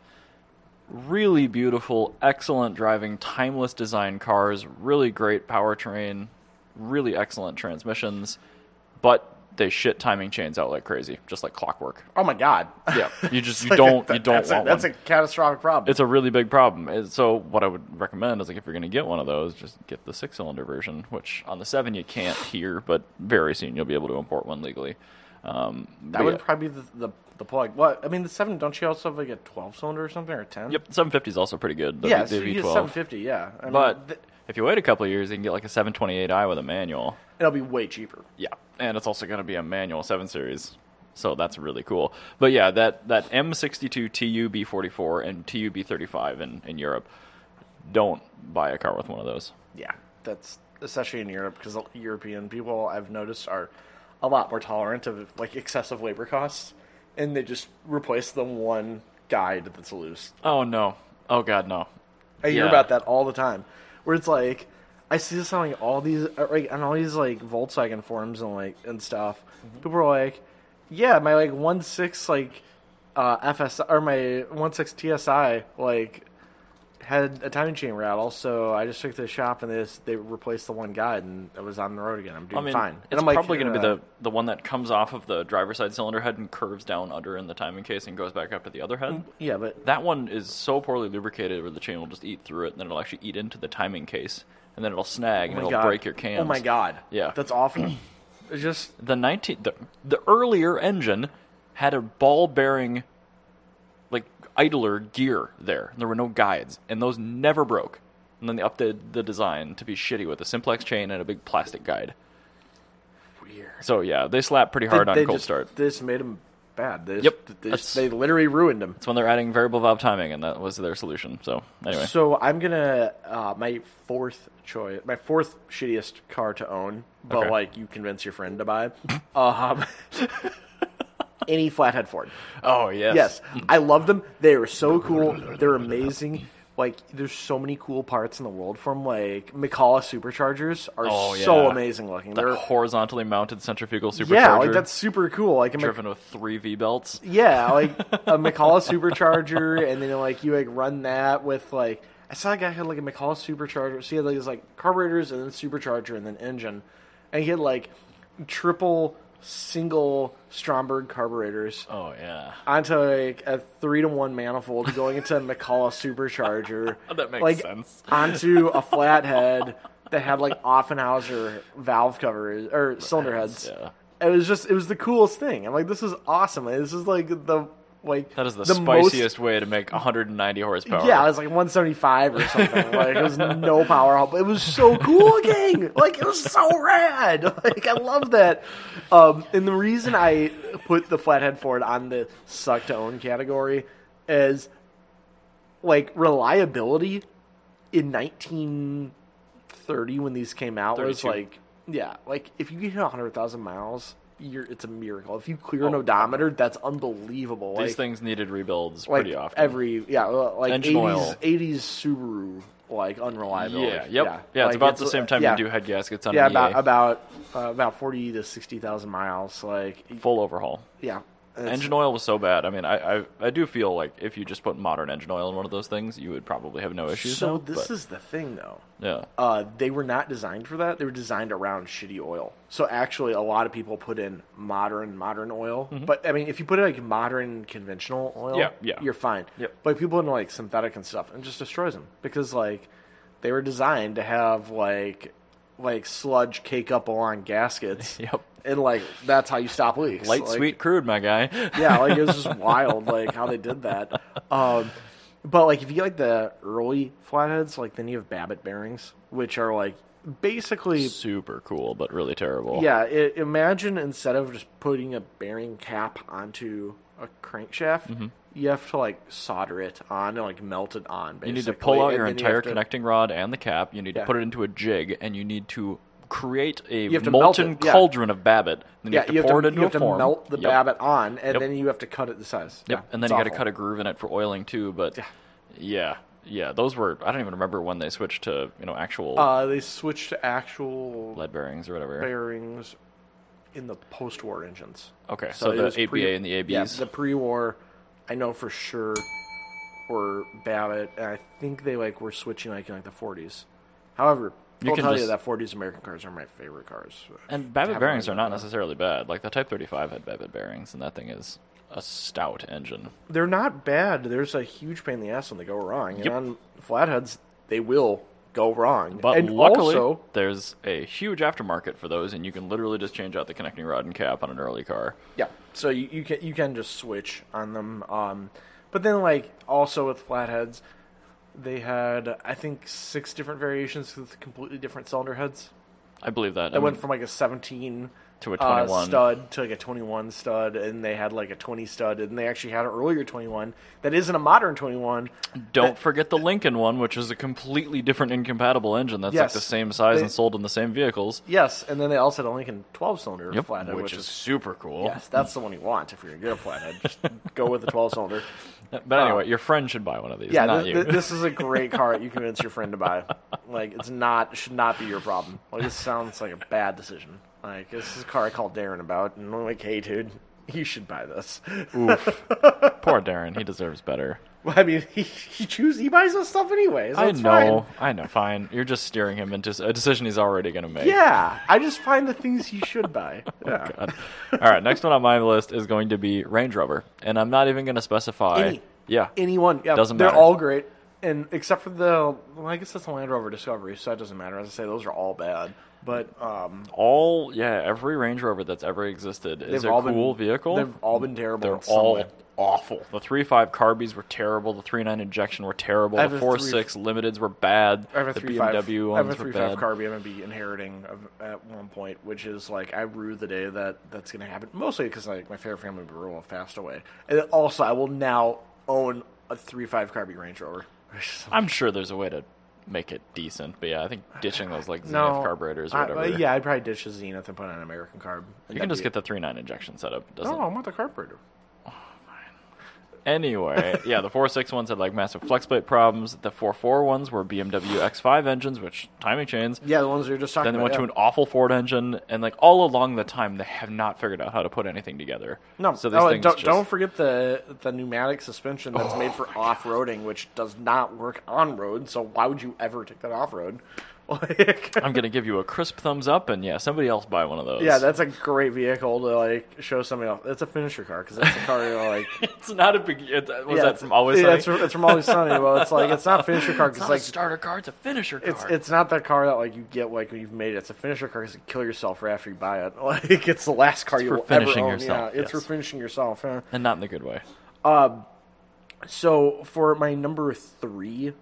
Speaker 1: Really beautiful, excellent driving, timeless design cars, really great powertrain, really excellent transmissions, but they shit timing chains out like crazy, just like clockwork.
Speaker 2: Oh my god.
Speaker 1: Yeah, you just you
Speaker 2: Like,
Speaker 1: don't
Speaker 2: that-
Speaker 1: you don't
Speaker 2: that's
Speaker 1: want
Speaker 2: a, that's
Speaker 1: one
Speaker 2: a catastrophic problem.
Speaker 1: it's a really big problem. And So what I would recommend is like if you're going to get one of those, just get the six cylinder version, which on the seven you can't here, but very soon you'll be able to import one legally. Um,
Speaker 2: that
Speaker 1: but
Speaker 2: would
Speaker 1: yeah.
Speaker 2: probably be the, the the plug. What I mean the seven don't you also have like a twelve cylinder or something or ten?
Speaker 1: Yep, 750 is also pretty good. The,
Speaker 2: Yeah,
Speaker 1: the
Speaker 2: so you get
Speaker 1: V12.
Speaker 2: 750. Yeah, I mean,
Speaker 1: but
Speaker 2: th-
Speaker 1: if you wait a couple of years, you can get like a 728i with a manual.
Speaker 2: it'll be way cheaper.
Speaker 1: Yeah, and it's also going to be a manual seven series, so that's really cool. But yeah, that that M62 TUB44 and TUB35 in in Europe, don't buy a car with one of those.
Speaker 2: Yeah, that's especially in Europe because European people I've noticed are a lot more tolerant of like excessive labor costs, and they just replace the one guide that's loose.
Speaker 1: Oh no! Oh god, no!
Speaker 2: I hear
Speaker 1: Yeah.
Speaker 2: about that all the time, where it's like I see this on like all these uh, like on all these like Volkswagen forums and like and stuff.
Speaker 1: Mm-hmm.
Speaker 2: People are like, "Yeah, my like one six like uh, FS or my one six TSI like had a timing chain rattle, so I just took to the shop and they just, they replaced the one guide, and I was on the road again. I'm
Speaker 1: I
Speaker 2: doing
Speaker 1: mean,
Speaker 2: fine. And
Speaker 1: it's
Speaker 2: I'm like,
Speaker 1: probably going to be
Speaker 2: uh,
Speaker 1: the, the one that comes off of the driver's side cylinder head and curves down under in the timing case and goes back up to the other head.
Speaker 2: yeah, but oh
Speaker 1: That one is so poorly lubricated where the chain will just eat through it, and then it'll actually eat into the timing case, and then it'll
Speaker 2: oh
Speaker 1: snag and
Speaker 2: my
Speaker 1: it'll
Speaker 2: God.
Speaker 1: break your cams.
Speaker 2: Oh my god,
Speaker 1: Yeah.
Speaker 2: that's awful. it's just
Speaker 1: The nineteen, the, the earlier engine had a ball bearing, like idler gear there. There were no guides, and those never broke. And then they updated the design to be shitty with a simplex chain and a big plastic guide.
Speaker 2: weird.
Speaker 1: So yeah, they slap pretty hard
Speaker 2: They-
Speaker 1: on
Speaker 2: they
Speaker 1: cold
Speaker 2: just,
Speaker 1: start.
Speaker 2: This made them bad. They just,
Speaker 1: Yep,
Speaker 2: they,
Speaker 1: that's-
Speaker 2: just- they literally ruined them.
Speaker 1: It's when they're adding variable valve timing, and that was their solution. So anyway,
Speaker 2: So I'm gonna uh, my fourth choice, my fourth shittiest car to own, but
Speaker 1: Okay.
Speaker 2: like you convince your friend to buy. um, any flathead Ford.
Speaker 1: oh yes,
Speaker 2: Yes, I love them. They are so cool. They're amazing. Like there's so many cool parts in the world from like McCalla superchargers are
Speaker 1: Oh,
Speaker 2: so
Speaker 1: yeah.
Speaker 2: amazing looking.
Speaker 1: the
Speaker 2: They're
Speaker 1: horizontally mounted centrifugal supercharger.
Speaker 2: yeah, like that's super cool. Like a Mc-
Speaker 1: driven with three V belts.
Speaker 2: Yeah, like a McCall supercharger, and then like you like run that with like I saw a guy had like a McCall supercharger. So he had like his like carburetors and then supercharger and then engine, and he had like triple single Stromberg carburetors
Speaker 1: Oh yeah,
Speaker 2: onto like a three to one manifold going into a McCall supercharger.
Speaker 1: That makes
Speaker 2: like,
Speaker 1: sense.
Speaker 2: Onto a flathead that had like Offenhauser valve covers or cylinder heads
Speaker 1: yeah.
Speaker 2: it was just it was the coolest thing. I'm like, this is awesome. This is like the like
Speaker 1: That is the,
Speaker 2: most-
Speaker 1: spiciest way to make 190 horsepower.
Speaker 2: yeah, it was like 175 or something. like it was no power up. It was so cool looking. like it was so rad. Like I love that. Um, and the reason I put the flathead Ford on the suck to own category is like reliability in 1930 when these came out was
Speaker 1: 32.
Speaker 2: like yeah, like if you get hit 100,000 miles, you're it's a miracle. If you clear an
Speaker 1: Oh.
Speaker 2: odometer, that's unbelievable.
Speaker 1: These
Speaker 2: like,
Speaker 1: things needed rebuilds
Speaker 2: like
Speaker 1: pretty often.
Speaker 2: every yeah well, like
Speaker 1: Engine
Speaker 2: 80s
Speaker 1: oil.
Speaker 2: 80s Subaru like unreliability.
Speaker 1: yeah, yep, yeah.
Speaker 2: Like,
Speaker 1: it's about the same time
Speaker 2: yeah,
Speaker 1: you do head gaskets on
Speaker 2: yeah
Speaker 1: an E
Speaker 2: about
Speaker 1: EA.
Speaker 2: about uh, about 40 to 60,000 miles like
Speaker 1: full overhaul.
Speaker 2: yeah. It's-
Speaker 1: Engine oil was so bad. I mean, I, I I do feel like if you just put modern engine oil in one of those things, you would probably have no issues.
Speaker 2: so
Speaker 1: now,
Speaker 2: this
Speaker 1: but-
Speaker 2: is the thing though.
Speaker 1: yeah.
Speaker 2: Uh, they were not designed for that. They were designed around shitty oil. So actually, a lot of people put in modern modern oil. But I mean, if you put in like modern conventional oil,
Speaker 1: Mm-hmm. Yeah, yeah.
Speaker 2: you're fine.
Speaker 1: Yep.
Speaker 2: But like, people in like synthetic and stuff, and it just destroys them because like they were designed to have like like sludge cake up along gaskets.
Speaker 1: Yep.
Speaker 2: And like that's how you stop leaks.
Speaker 1: Light,
Speaker 2: Like,
Speaker 1: sweet, crude, my guy.
Speaker 2: yeah, like it was just wild, like how they did that. Um, but like if you get, like the early flatheads, like then you have Babbitt bearings, which are like basically
Speaker 1: Super cool, but really terrible.
Speaker 2: yeah. i imagine instead of just putting a bearing cap onto a crankshaft,
Speaker 1: Mm-hmm.
Speaker 2: you have to like solder it on and like melt it on. Basically.
Speaker 1: You need to pull out
Speaker 2: and
Speaker 1: your
Speaker 2: then you
Speaker 1: entire
Speaker 2: have to-
Speaker 1: connecting rod and the cap. You need
Speaker 2: Yeah.
Speaker 1: to put it into a jig, and you need to create a
Speaker 2: have to melt
Speaker 1: molten
Speaker 2: it, yeah.
Speaker 1: cauldron of Babbitt. Then you
Speaker 2: Yeah,
Speaker 1: have to
Speaker 2: you have
Speaker 1: pour
Speaker 2: to,
Speaker 1: it into
Speaker 2: you
Speaker 1: a
Speaker 2: have to
Speaker 1: form.
Speaker 2: melt the
Speaker 1: Yep.
Speaker 2: Babbitt on, and
Speaker 1: Yep.
Speaker 2: then you have to cut it the size.
Speaker 1: Yep.
Speaker 2: Yeah,
Speaker 1: and then
Speaker 2: it's
Speaker 1: you got to
Speaker 2: awful.
Speaker 1: cut a groove in it for oiling too. But yeah. yeah, those were I don't even remember when they switched to you know actual
Speaker 2: Uh, they switched to actual
Speaker 1: lead bearings or whatever.
Speaker 2: bearings in the post-war engines.
Speaker 1: Okay, so,
Speaker 2: it
Speaker 1: the
Speaker 2: was
Speaker 1: ABA
Speaker 2: pre-
Speaker 1: and the ABs.
Speaker 2: Yeah, the pre-war, I know for sure, were Babbitt, and I think they like were switching like in like the 40s. However,
Speaker 1: You
Speaker 2: I'll
Speaker 1: can
Speaker 2: tell you
Speaker 1: just-
Speaker 2: that 40s American cars are my favorite cars.
Speaker 1: and Babbitt
Speaker 2: Definitely
Speaker 1: bearings are not
Speaker 2: not.
Speaker 1: necessarily bad. Like the Type 35 had Babbitt bearings, and that thing is a stout engine.
Speaker 2: They're not bad. There's a huge pain in the ass when they go wrong, and
Speaker 1: Yep.
Speaker 2: on flatheads they will go wrong.
Speaker 1: But
Speaker 2: and
Speaker 1: luckily,
Speaker 2: also,
Speaker 1: there's a huge aftermarket for those, and you can literally just change out the connecting rod and cap on an early car.
Speaker 2: Yeah. So you, you can you can just switch on them. Um, but then like also with flatheads, they had I think six different variations with completely different cylinder heads.
Speaker 1: I believe that.
Speaker 2: It went from like a seventeen
Speaker 1: To a
Speaker 2: uh,
Speaker 1: 21.
Speaker 2: stud to like a twenty one stud, and they had like a twenty stud, and they actually had an earlier twenty one that isn't a modern twenty one.
Speaker 1: Don't forget the Lincoln one, which is a completely different incompatible engine. That's like
Speaker 2: Yes.
Speaker 1: the same size
Speaker 2: They-
Speaker 1: and sold in the same vehicles.
Speaker 2: Yes, and then they also had a Lincoln twelve cylinder
Speaker 1: Yep,
Speaker 2: flathead,
Speaker 1: which, is super cool.
Speaker 2: yes, that's the one you want if you're gonna get a flathead. Just go with the twelve cylinder.
Speaker 1: But anyway, your friend should buy one of these,
Speaker 2: Uh, Yeah,
Speaker 1: not
Speaker 2: thi-
Speaker 1: you.
Speaker 2: thi- this is a great car that you convince your friend to buy. Like, it's not should not be your problem. Like, this sounds like a bad decision. Like, this is a car I called Darren about, and I'm like, hey, dude, you should buy this.
Speaker 1: Oof. Poor Darren. He deserves better.
Speaker 2: Well, I mean, he, he chooses, he buys us stuff anyway. So
Speaker 1: I
Speaker 2: it's fine.
Speaker 1: know, I know. Fine, you're just steering him into s- a decision he's already going to make.
Speaker 2: Yeah, I just find the things he should buy. Yeah.
Speaker 1: Oh, God. Uh, All right, next one on my list is going to be Range Rover, and I'm not even going to specify.
Speaker 2: Any-
Speaker 1: yeah,
Speaker 2: Anyone, yeah,
Speaker 1: Doesn't
Speaker 2: they're
Speaker 1: matter.
Speaker 2: all great, and except for the, well, I guess that's the Land Rover Discovery, so that doesn't matter. As I say, those are all bad. But um,
Speaker 1: all yeah, every Range Rover that's ever existed is
Speaker 2: they've
Speaker 1: a
Speaker 2: all
Speaker 1: cool
Speaker 2: been,
Speaker 1: vehicle.
Speaker 2: They've all been terrible.
Speaker 1: They're
Speaker 2: in some
Speaker 1: all
Speaker 2: way.
Speaker 1: awful. The three five Carbies were terrible. The three nine injection were terrible.
Speaker 2: I
Speaker 1: The
Speaker 2: have a
Speaker 1: four
Speaker 2: three-
Speaker 1: six Limiteds were bad.
Speaker 2: I have a
Speaker 1: the
Speaker 2: three five. I
Speaker 1: BMW
Speaker 2: have a
Speaker 1: ones were
Speaker 2: three five
Speaker 1: bad.
Speaker 2: Carby. I'm gonna be inheriting of- at one point, which is like I rue the day that that's gonna happen. Mostly because like my favorite family member will have passed away, and then also I will now own a three five Carby Range Rover.
Speaker 1: I'm sure there's a way to make it decent, but yeah, I think ditching those like Zenith carburetors or
Speaker 2: I- uh,
Speaker 1: whatever.
Speaker 2: yeah, I'd probably ditch the Zenith and put on an American carb.
Speaker 1: you can just get the three nine injection setup. Doesn't
Speaker 2: No, I want the carburetor.
Speaker 1: Anyway, yeah, the 4.6 ones had like massive flex plate problems. The 4.4 ones were BMW X5 engines, which timing chains.
Speaker 2: Yeah, the ones we were just talking
Speaker 1: Then they
Speaker 2: about.
Speaker 1: went to
Speaker 2: yeah.
Speaker 1: an awful Ford engine, and like all along the time, they have not figured out how to put anything together.
Speaker 2: No,
Speaker 1: so these
Speaker 2: oh,
Speaker 1: things
Speaker 2: and don't,
Speaker 1: just, Oh,
Speaker 2: don't forget the the pneumatic suspension that's made for off roading, which does not work on road. So why would you ever take that off road? Like,
Speaker 1: I'm gonna give you a crisp thumbs up, and yeah, somebody else buy one of those.
Speaker 2: yeah, that's a great vehicle to like show somebody else. It's a finisher car because that's a car you're like.
Speaker 1: it's not a big. It, was
Speaker 2: yeah,
Speaker 1: that
Speaker 2: it's-
Speaker 1: from Always
Speaker 2: Yeah,
Speaker 1: Sunny?
Speaker 2: it's from, it's from Always Sunny. Well, it's like it's not a finisher car
Speaker 1: It's
Speaker 2: because
Speaker 1: not
Speaker 2: like
Speaker 1: a starter car; it's a finisher car.
Speaker 2: it's it's not that car that like you get like when you've made it. It's a finisher car because you kill yourself right after you buy it. Like it's the last car you
Speaker 1: for
Speaker 2: will
Speaker 1: finishing
Speaker 2: ever own.
Speaker 1: yourself,
Speaker 2: yeah, it's
Speaker 1: yes.
Speaker 2: for finishing yourself. yeah.
Speaker 1: and not in the good way.
Speaker 2: So for my number 3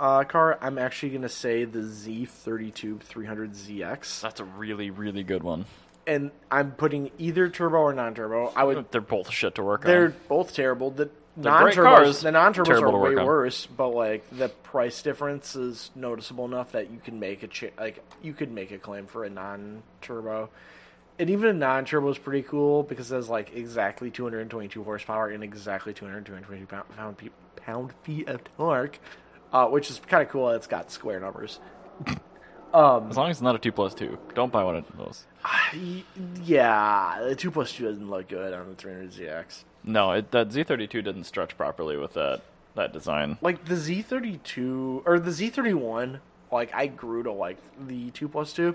Speaker 2: uh, car, I'm actually gonna say the Z32 300ZX,
Speaker 1: That's a really, really good one.
Speaker 2: and I'm putting either turbo or non-turbo. I would.
Speaker 1: They're both shit to work
Speaker 2: They're
Speaker 1: on.
Speaker 2: both terrible. The
Speaker 1: great
Speaker 2: non-turbos,
Speaker 1: cars,
Speaker 2: the non-turbos
Speaker 1: terrible
Speaker 2: are
Speaker 1: to work
Speaker 2: way
Speaker 1: on.
Speaker 2: worse, but like the price difference is noticeable enough that you can make a cha- like you could make a claim for a non-turbo. And even a non-turbo is pretty cool because it has like exactly 222 horsepower and exactly 222 pound pound, pe- pound feet of torque, uh, which is kind of cool. It's got square numbers.
Speaker 1: As long as it's not a two plus two, don't buy one of those.
Speaker 2: Y- Yeah, the two plus two doesn't look good on the 300ZX.
Speaker 1: No, it, that Z32 didn't stretch properly with that that design.
Speaker 2: like the Z thirty two or the Z thirty one. Like I grew to like the E two plus two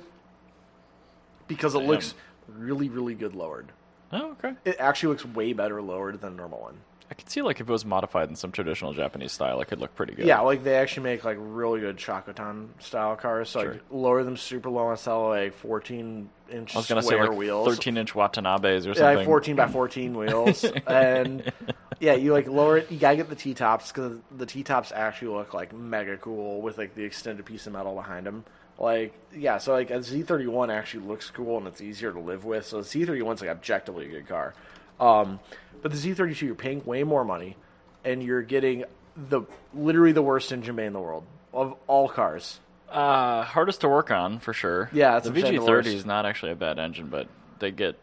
Speaker 2: because it
Speaker 1: Damn.
Speaker 2: looks really really good lowered.
Speaker 1: Oh, okay.
Speaker 2: It actually looks way better lowered than the normal one.
Speaker 1: I could see like if it was modified in some traditional Japanese style, it could look pretty good.
Speaker 2: Yeah, like they actually make like really good Chocotan style cars. So
Speaker 1: Sure.
Speaker 2: like lower them super low and sell like fourteen inch
Speaker 1: I was gonna say
Speaker 2: square
Speaker 1: like
Speaker 2: wheels.
Speaker 1: thirteen inch Watanabes or something.
Speaker 2: Yeah, like 14 by 14 wheels. And yeah, you like lower it. You gotta get the T tops because the T tops actually look like mega cool with like the extended piece of metal behind them. Like, yeah, so like a Z31 actually looks cool and it's easier to live with. So the Z31's like objectively a good car. Um, but the Z32, you're paying way more money and you're getting the literally the worst engine bay in the world of all cars.
Speaker 1: Uh, hardest to work on for sure.
Speaker 2: Yeah, that's
Speaker 1: the
Speaker 2: what I'm saying, the
Speaker 1: VG30
Speaker 2: worst.
Speaker 1: is not actually a bad engine, but they get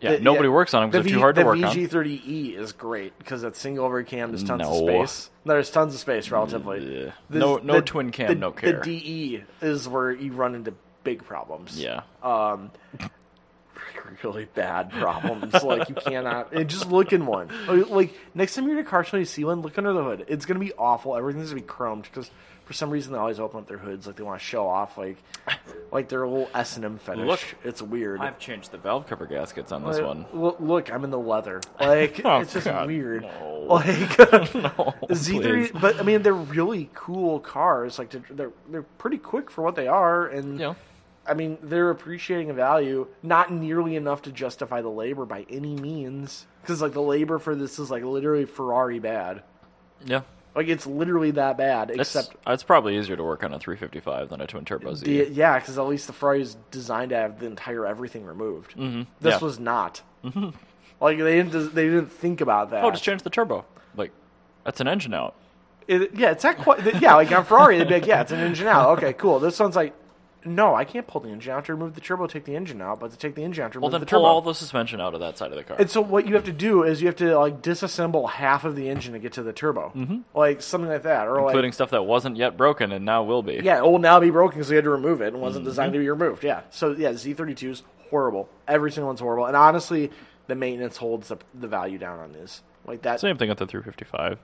Speaker 1: yeah
Speaker 2: The-
Speaker 1: nobody
Speaker 2: yeah,
Speaker 1: works on them
Speaker 2: the
Speaker 1: because they're
Speaker 2: V-
Speaker 1: too hard to
Speaker 2: the
Speaker 1: work on.
Speaker 2: VG30E is great because that single over cam there's tons of
Speaker 1: No.
Speaker 2: space. There's tons of space relatively.
Speaker 1: Yeah.
Speaker 2: The-
Speaker 1: No- no
Speaker 2: the-
Speaker 1: twin cam,
Speaker 2: the-
Speaker 1: no care.
Speaker 2: The DE is where you run into big problems.
Speaker 1: Yeah,
Speaker 2: Um, really bad problems. like you cannot. And just look in one. Like next time you're at a car show, and you see one, look under the hood. It's gonna be awful. Everything's gonna be chromed because for some reason they always open up their hoods like they want to show off like like their little S and M fetish.
Speaker 1: Look.
Speaker 2: it's weird.
Speaker 1: I've changed the valve cover gaskets on this
Speaker 2: Like,
Speaker 1: one.
Speaker 2: Uh, lo- look, I'm in the leather. Like
Speaker 1: Oh,
Speaker 2: it's just
Speaker 1: God,
Speaker 2: weird.
Speaker 1: no.
Speaker 2: Like
Speaker 1: No,
Speaker 2: Z3,
Speaker 1: please.
Speaker 2: but I mean they're really cool cars. Like they're- they're they're pretty quick for what they are, and
Speaker 1: Yeah.
Speaker 2: I mean they're appreciating a value, not nearly enough to justify the labor by any means. Because like the labor for this is like literally Ferrari bad.
Speaker 1: Yeah,
Speaker 2: Like it's literally that bad.
Speaker 1: it's,
Speaker 2: Except
Speaker 1: it's probably easier to work on a 355 than a twin turbo Z.
Speaker 2: the, yeah, because at least the Ferrari is designed to have the entire everything removed. Mm-hmm. This
Speaker 1: yeah. Mm-hmm.
Speaker 2: was not. Like they didn't they didn't think about that.
Speaker 1: oh, just change the turbo. Like that's an engine out.
Speaker 2: It, yeah, it's not quite. Yeah, like on Ferrari, they'd be like, yeah, it's an engine out. Okay, cool. This one's like, no, I can't pull the engine out to remove the turbo, take the engine out, but to take the engine out to remove
Speaker 1: Well, then
Speaker 2: the
Speaker 1: pull
Speaker 2: turbo.
Speaker 1: all the suspension out of that side of the car.
Speaker 2: and so what you have to do is you have to like disassemble half of the engine to get to the turbo, mm-hmm. like something like that, or
Speaker 1: including
Speaker 2: like
Speaker 1: stuff that wasn't yet broken and now will be.
Speaker 2: yeah, it will now be broken because we had to remove it and wasn't
Speaker 1: Mm-hmm.
Speaker 2: designed to be removed. Yeah, so yeah, Z32 is horrible. Every single one's horrible, and honestly, the maintenance holds the, the value down on these. Like that,
Speaker 1: Same thing with the 355.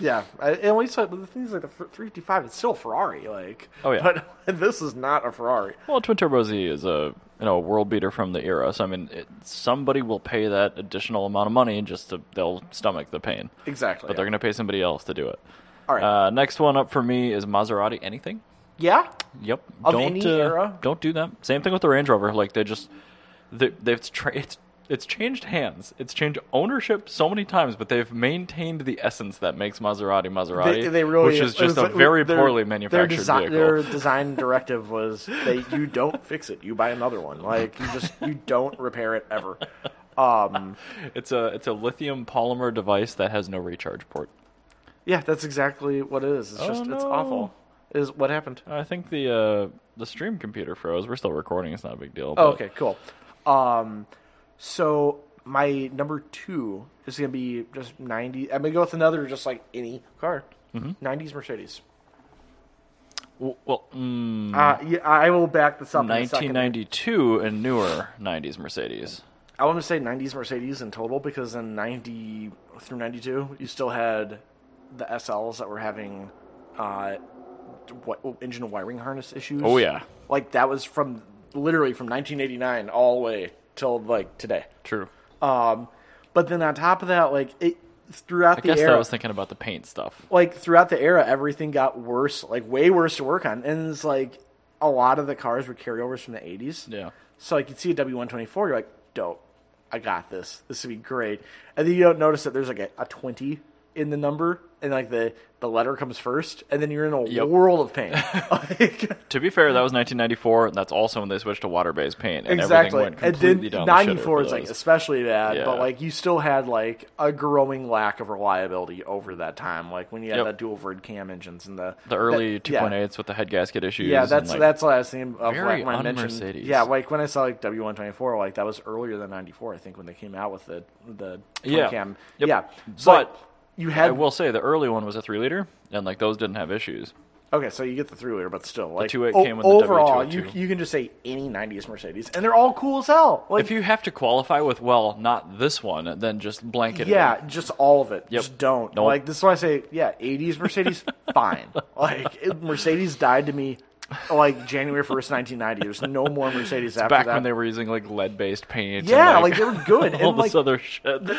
Speaker 2: Yeah, I, and we said but the things like the fr- 355, it's still a Ferrari. Like,
Speaker 1: Oh, yeah.
Speaker 2: but this is not a Ferrari.
Speaker 1: Well, twin turbo Z is a you know a world beater from the era, so I mean it, somebody will pay that additional amount of money just to they'll stomach the pain,
Speaker 2: Exactly.
Speaker 1: but they're going to pay somebody else to do it.
Speaker 2: All right.
Speaker 1: Uh, next one up for me is Maserati. Anything?
Speaker 2: yeah.
Speaker 1: Yep.
Speaker 2: Of
Speaker 1: don't
Speaker 2: any
Speaker 1: uh,
Speaker 2: era?
Speaker 1: don't do that. Same thing with the Range Rover. Like they just they, they've tra- it's it's changed hands. It's changed ownership so many times, but they've maintained the essence that makes Maserati Maserati,
Speaker 2: They, they really,
Speaker 1: which is
Speaker 2: it
Speaker 1: just
Speaker 2: was
Speaker 1: a
Speaker 2: like-
Speaker 1: very
Speaker 2: their-
Speaker 1: poorly
Speaker 2: their
Speaker 1: manufactured
Speaker 2: desi-
Speaker 1: vehicle.
Speaker 2: Their design directive was that you don't fix it, you buy another one. Like you just you don't repair it ever. Um,
Speaker 1: It's a it's a lithium polymer device that has no recharge port.
Speaker 2: yeah, that's exactly what it is. It's just it's
Speaker 1: Oh, no.
Speaker 2: awful. Is what happened.
Speaker 1: I think the uh, the stream computer froze. We're still recording. It's not a big deal.
Speaker 2: Oh,
Speaker 1: but-
Speaker 2: okay, cool. Um, so my number two is gonna be just ninety. I'm gonna go with another just like any car,
Speaker 1: Mm-hmm.
Speaker 2: 90s Mercedes.
Speaker 1: W- Well, mm,
Speaker 2: Uh, yeah, I will back this up. in a second.
Speaker 1: 1992 and newer 90s Mercedes.
Speaker 2: I want to say 90s Mercedes in total because in 90 through 92, you still had the SLs that were having uh, what, oh, engine wiring harness issues.
Speaker 1: Oh, yeah.
Speaker 2: Like that was from literally from 1989 all the way till like today.
Speaker 1: True.
Speaker 2: Um, but then on top of that, like it throughout
Speaker 1: I guess
Speaker 2: the era,
Speaker 1: I was thinking about the paint stuff.
Speaker 2: like throughout the era, everything got worse, like way worse to work on, and it's like a lot of the cars were carryovers from the 80s.
Speaker 1: Yeah.
Speaker 2: So like you see a W one twenty four, you're like, dope, I got this. This would be great. And then you don't notice that there's like a, a twenty in the number, and like the the letter comes first, and then you're in a
Speaker 1: Yep.
Speaker 2: world of pain. like,
Speaker 1: To be fair, that was 1994, and that's also when they switched to water-based paint, and everything
Speaker 2: exactly.
Speaker 1: went
Speaker 2: and
Speaker 1: completely
Speaker 2: then
Speaker 1: down the shitter
Speaker 2: ninety four
Speaker 1: for
Speaker 2: is like
Speaker 1: those.
Speaker 2: especially bad,
Speaker 1: Yeah.
Speaker 2: but like you still had like a growing lack of reliability over that time. Like when you had
Speaker 1: Yep.
Speaker 2: the dual verd cam engines and the
Speaker 1: the early
Speaker 2: that- yeah.
Speaker 1: 2.8s with the head gasket issues.
Speaker 2: Yeah,
Speaker 1: and,
Speaker 2: that's
Speaker 1: like,
Speaker 2: that's what I was thinking of
Speaker 1: very
Speaker 2: like, when I mentioned.
Speaker 1: un-Mercedes.
Speaker 2: Yeah, like when I saw like W one twenty four, like that was earlier than ninety four, I think, when they came out with the the
Speaker 1: Yeah.
Speaker 2: cam.
Speaker 1: Yep.
Speaker 2: Yeah, so
Speaker 1: But
Speaker 2: like, you
Speaker 1: I
Speaker 2: had
Speaker 1: will say the early one was a three liter, and like those didn't have issues.
Speaker 2: okay, so you get the three liter, but still, like
Speaker 1: 2.8
Speaker 2: o-
Speaker 1: came with the
Speaker 2: overall, you
Speaker 1: W202.
Speaker 2: you can just say any nineties Mercedes, and they're all cool as hell. Like
Speaker 1: If you have to qualify with well, not this one, then just blanket. it in.
Speaker 2: yeah, just all of it.
Speaker 1: Yep.
Speaker 2: Just don't.
Speaker 1: Don't.
Speaker 2: Like this is why I say, yeah, eighties Mercedes, fine. Like it- Mercedes died to me. Like January first, nineteen ninety. There's no more Mercedes after
Speaker 1: back
Speaker 2: that.
Speaker 1: when they were using like lead based paint.
Speaker 2: Yeah,
Speaker 1: and,
Speaker 2: like, they were good.
Speaker 1: all
Speaker 2: and like
Speaker 1: this other shit.
Speaker 2: the,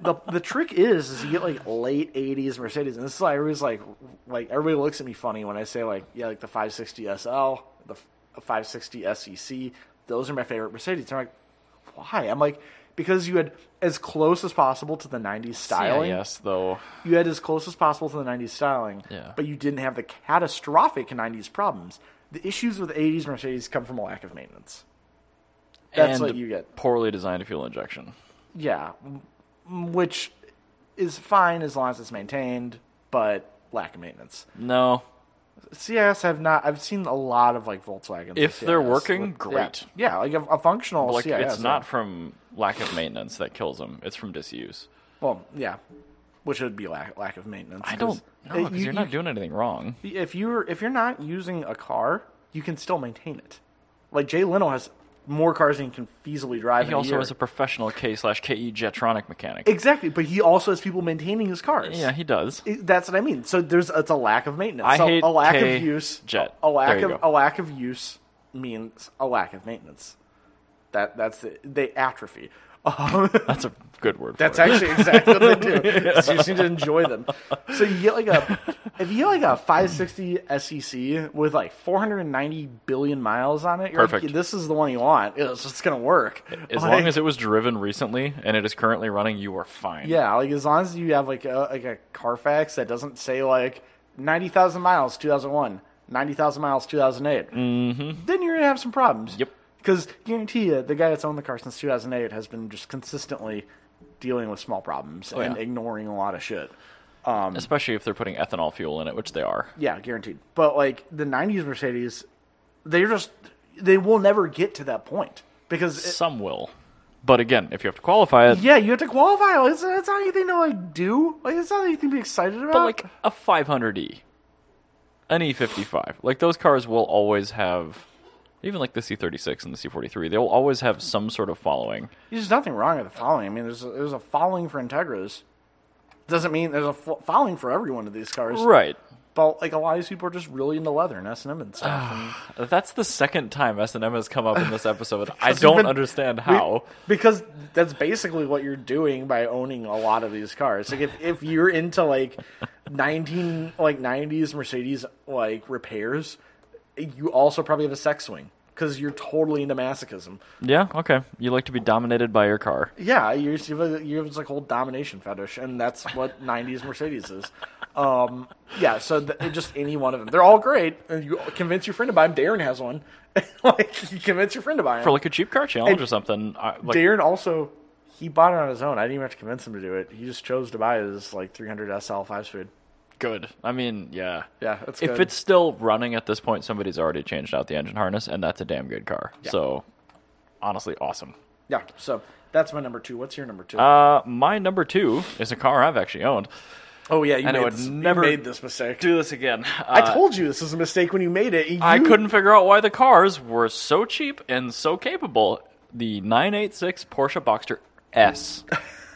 Speaker 2: the, the, the trick is is you get like late '80s Mercedes, and this is why everybody's like, like everybody looks at me funny when I say like, yeah, like the 560 SL, the f- 560 SEC, E those are my favorite Mercedes. They're like, why? I'm like, because you had as close as possible to the '90s styling.
Speaker 1: Yes, though.
Speaker 2: You had as close as possible to the '90s styling,
Speaker 1: Yeah.
Speaker 2: but you didn't have the catastrophic '90s problems. The issues with '80s Mercedes come from a lack of maintenance. That's
Speaker 1: and
Speaker 2: what you get.
Speaker 1: Poorly designed fuel injection.
Speaker 2: Yeah, m- m- which is fine as long as it's maintained, but lack of maintenance.
Speaker 1: No,
Speaker 2: CIS have not. I've seen a lot of like Volkswagens. with
Speaker 1: If they're
Speaker 2: CIS
Speaker 1: working,
Speaker 2: with- yeah.
Speaker 1: great.
Speaker 2: Yeah, like a, a functional
Speaker 1: like
Speaker 2: CIS.
Speaker 1: it's not from lack of maintenance that kills them. It's from disuse.
Speaker 2: Well, yeah, which would be lack lack of maintenance.
Speaker 1: I don't know
Speaker 2: uh,
Speaker 1: because you're not doing anything wrong.
Speaker 2: if you're if you're not using a car, you can still maintain it. Like Jay Leno has more cars than he can feasibly drive.
Speaker 1: He
Speaker 2: in a
Speaker 1: also
Speaker 2: year.
Speaker 1: is a professional K slash
Speaker 2: E
Speaker 1: KE Jetronic mechanic.
Speaker 2: exactly, but he also has people maintaining his cars.
Speaker 1: yeah, he does.
Speaker 2: It- that's what I mean. So there's it's a lack of maintenance.
Speaker 1: I
Speaker 2: so
Speaker 1: hate
Speaker 2: a lack
Speaker 1: K
Speaker 2: of use.
Speaker 1: jet.
Speaker 2: A lack
Speaker 1: There you
Speaker 2: of
Speaker 1: go.
Speaker 2: a lack of use means a lack of maintenance. That that's the, they atrophy. Um,
Speaker 1: That's a good word.
Speaker 2: that's
Speaker 1: for it.
Speaker 2: actually exactly what they do. So you just need to enjoy them. So you get like a if you get like a 560 SEC E with like 490 billion miles on it, you're
Speaker 1: Perfect.
Speaker 2: like this is the one you want. It's just gonna work.
Speaker 1: as
Speaker 2: Like-
Speaker 1: long as it was driven recently and it is currently running, you are fine.
Speaker 2: Yeah, like as long as you have like a like a Carfax that doesn't say like ninety thousand miles two thousand one, ninety thousand miles two mm-hmm. then you're gonna have some problems.
Speaker 1: Yep.
Speaker 2: Because guarantee you, the guy that's owned the car since two thousand eight has been just consistently dealing with small problems and
Speaker 1: Oh, yeah.
Speaker 2: ignoring a lot of shit.
Speaker 1: Mm-hmm. especially if they're putting ethanol fuel in it, which they are.
Speaker 2: Yeah, guaranteed. But like the '90s Mercedes, they're just they will never get to that point because it-
Speaker 1: Some will, but again, if you have to qualify it,
Speaker 2: yeah, you have to qualify. Like, It's, it's not anything to like do. Like it's not anything to be excited about.
Speaker 1: But like a 500e, an E55, like those cars will always have, even like the C36 and the C43, they will always have some sort of following.
Speaker 2: There's nothing wrong with the following. I mean, there's a, there's a following for Integras. Doesn't mean there's a fo- following for every one of these cars,
Speaker 1: Right.
Speaker 2: But like a lot of these people are just really into leather and S and M and stuff. And
Speaker 1: That's the second time S and M has come up in this episode. I don't
Speaker 2: been-
Speaker 1: understand
Speaker 2: We-
Speaker 1: how.
Speaker 2: because that's basically what you're doing by owning a lot of these cars. Like if, if you're into like nineteen like nineties Mercedes like repairs, you also probably have a sex swing because you're totally into masochism.
Speaker 1: Yeah. Okay. You like to be dominated by your car.
Speaker 2: Yeah, you you have, a- you have this like whole domination fetish, and that's what '90s Mercedes is. Um, yeah, so th- just any one of them, they're all great. And you convince your friend to buy them. Darren has one. like you convince your friend to buy them.
Speaker 1: for like a cheap car challenge or something. I, like,
Speaker 2: Darren also he bought it on his own. I didn't even have to convince him to do it. He just chose to buy his like 300 SL five speed.
Speaker 1: good. I mean, yeah,
Speaker 2: Yeah, that's
Speaker 1: If
Speaker 2: good.
Speaker 1: it's still running at this point, somebody's already changed out the engine harness, and that's a damn good car. So, honestly, awesome.
Speaker 2: Yeah, so that's my number two. What's your number two?
Speaker 1: Uh, my number two is a car I've actually owned.
Speaker 2: oh yeah, you,
Speaker 1: and I
Speaker 2: made
Speaker 1: would
Speaker 2: this, you
Speaker 1: never
Speaker 2: made this mistake.
Speaker 1: Do this again. Uh,
Speaker 2: I told you this was a mistake when you made it. You-
Speaker 1: I couldn't figure out why the cars were so cheap and so capable. The 986 Porsche Boxster S,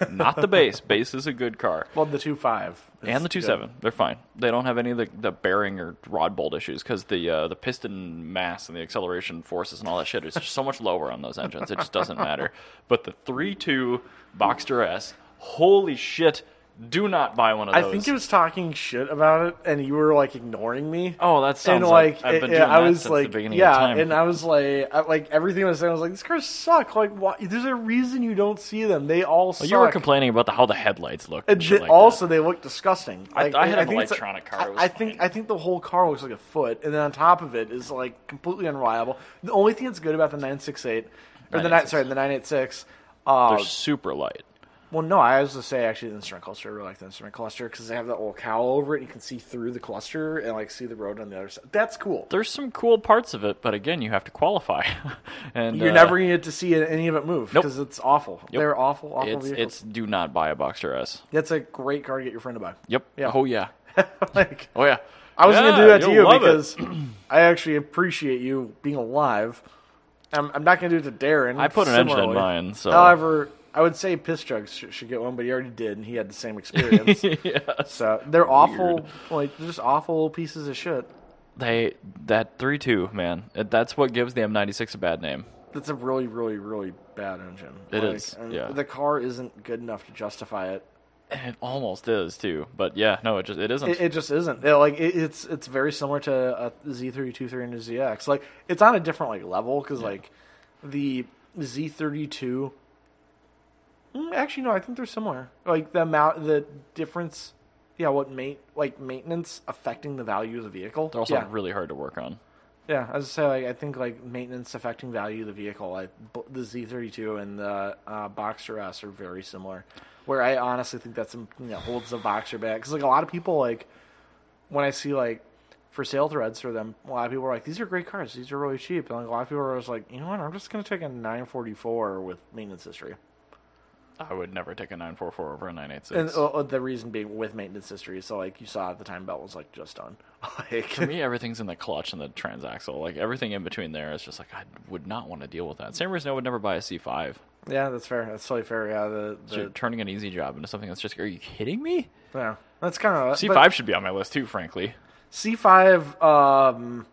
Speaker 1: not the base. Base is a good car.
Speaker 2: Well, the two five
Speaker 1: and the two seven. They're fine. They don't have any of the, the bearing or rod bolt issues because the uh, the piston mass and the acceleration forces and all that shit is just so much lower on those engines. It just doesn't matter. But the three two Boxster S, holy shit! Do not buy one of
Speaker 2: I
Speaker 1: those.
Speaker 2: think he was talking shit about it, and you were like ignoring me.
Speaker 1: Oh, that sounds
Speaker 2: and
Speaker 1: like,
Speaker 2: like,
Speaker 1: I've been
Speaker 2: it-
Speaker 1: doing
Speaker 2: I
Speaker 1: that
Speaker 2: was
Speaker 1: since
Speaker 2: like,
Speaker 1: the beginning
Speaker 2: yeah,
Speaker 1: of time.
Speaker 2: and I was like, I, like everything I was saying, I was like, these cars suck. Like, why? There's a reason you don't see them. They all suck.
Speaker 1: you were complaining about the, how the headlights looked. And
Speaker 2: And
Speaker 1: shit
Speaker 2: they-
Speaker 1: like that.
Speaker 2: also, they look disgusting. Like,
Speaker 1: I had an
Speaker 2: think it's a-
Speaker 1: electronic car, it was
Speaker 2: I, I think
Speaker 1: fine.
Speaker 2: I think the whole car looks like a foot, and then on top of it is like completely unreliable. The only thing that's good about the nine six eight, or the nine
Speaker 1: 986.
Speaker 2: sorry the nine eight six. Uh,
Speaker 1: they're super light.
Speaker 2: well, no, I was to say actually the instrument cluster. I really like the instrument cluster because they have that little cowl over it, and you can see through the cluster and like see the road on the other side. That's cool.
Speaker 1: There's some cool parts of it, but again, you have to qualify. and
Speaker 2: You're
Speaker 1: uh,
Speaker 2: never going to get to see any of it move
Speaker 1: Nope.
Speaker 2: because it's awful. They're awful, awful
Speaker 1: It's
Speaker 2: vehicles.
Speaker 1: it's do not buy a Boxster S.
Speaker 2: That's a great car to get your friend to buy.
Speaker 1: Yep.
Speaker 2: Yeah.
Speaker 1: Oh yeah.
Speaker 2: like,
Speaker 1: Oh yeah.
Speaker 2: I was going to do that to you
Speaker 1: it.
Speaker 2: because I actually appreciate you being alive. I'm, I'm not going to do it to Darren.
Speaker 1: I put an engine in
Speaker 2: similarly.
Speaker 1: mine, so
Speaker 2: However, I would say Piss Jugs sh- should get one, but he already did, and he had the same experience. So they're awful, like they're just awful little pieces of shit.
Speaker 1: they that three two man. It- That's what gives the M96 a bad name.
Speaker 2: That's a really, really, really bad engine.
Speaker 1: It
Speaker 2: It
Speaker 1: is,
Speaker 2: is.
Speaker 1: yeah.
Speaker 2: The car isn't good enough to justify it.
Speaker 1: It almost is too, but yeah, no, it just it isn't.
Speaker 2: It, it just isn't. It, like it, it's it's very similar to a Z32 300 ZX. Like it's on a different like level because like the Z32. Mm, Actually, no. I think they're similar. Like the amount, the difference. Yeah, what ma- like maintenance affecting the value of the vehicle.
Speaker 1: They're also
Speaker 2: yeah.
Speaker 1: really hard to work on.
Speaker 2: Yeah, I was just say like I think like maintenance affecting value of the vehicle, like b- the Z32 and the uh, Boxer S are very similar. Where I honestly think that's something that holds the Boxer back because like a lot of people like when I see like for sale threads for them, a lot of people are like, "These are great cars. These are really cheap." And like a lot of people are just like, "You know what? I'm just gonna take a 944 with maintenance history."
Speaker 1: I would never take a 944 over a 986.
Speaker 2: And uh, the reason being with maintenance history, so like you saw at the time belt was like just done. like,
Speaker 1: For me, everything's in the clutch and the transaxle. Like everything in between there is just like I would not want to deal with that. Same reason I would never buy a C5.
Speaker 2: yeah, that's fair. That's totally fair. Yeah, the,
Speaker 1: So you're
Speaker 2: the
Speaker 1: turning an easy job into something that's just. Are you kidding me?
Speaker 2: yeah, that's kind of
Speaker 1: C5 should be on my list too, frankly.
Speaker 2: C5. Um,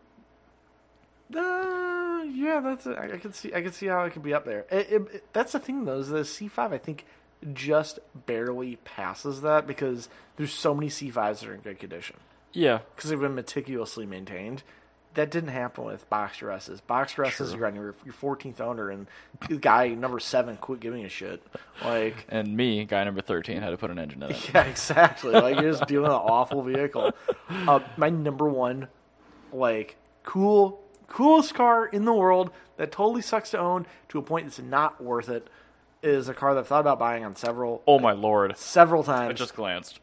Speaker 2: uh, yeah, that's. it. I I could see. I could see how it could be up there. It, it, it- that's the thing, though. Is the C5? I think just barely passes that because there's so many C5s that are in good condition
Speaker 1: Yeah,
Speaker 2: because they've been meticulously maintained. That didn't happen with Boxer S's. Boxer S's, you're on your, your 14th owner, and the guy number seven quit giving a shit. Like,
Speaker 1: and me, guy number 13, had to put an engine in it.
Speaker 2: yeah, exactly. Like you're just dealing with an awful vehicle. Uh, my number one, like cool, coolest car in the world that totally sucks to own to a point it's not worth it is a car that I've thought about buying on several
Speaker 1: Oh my lord!
Speaker 2: several
Speaker 1: I
Speaker 2: times,
Speaker 1: just glanced.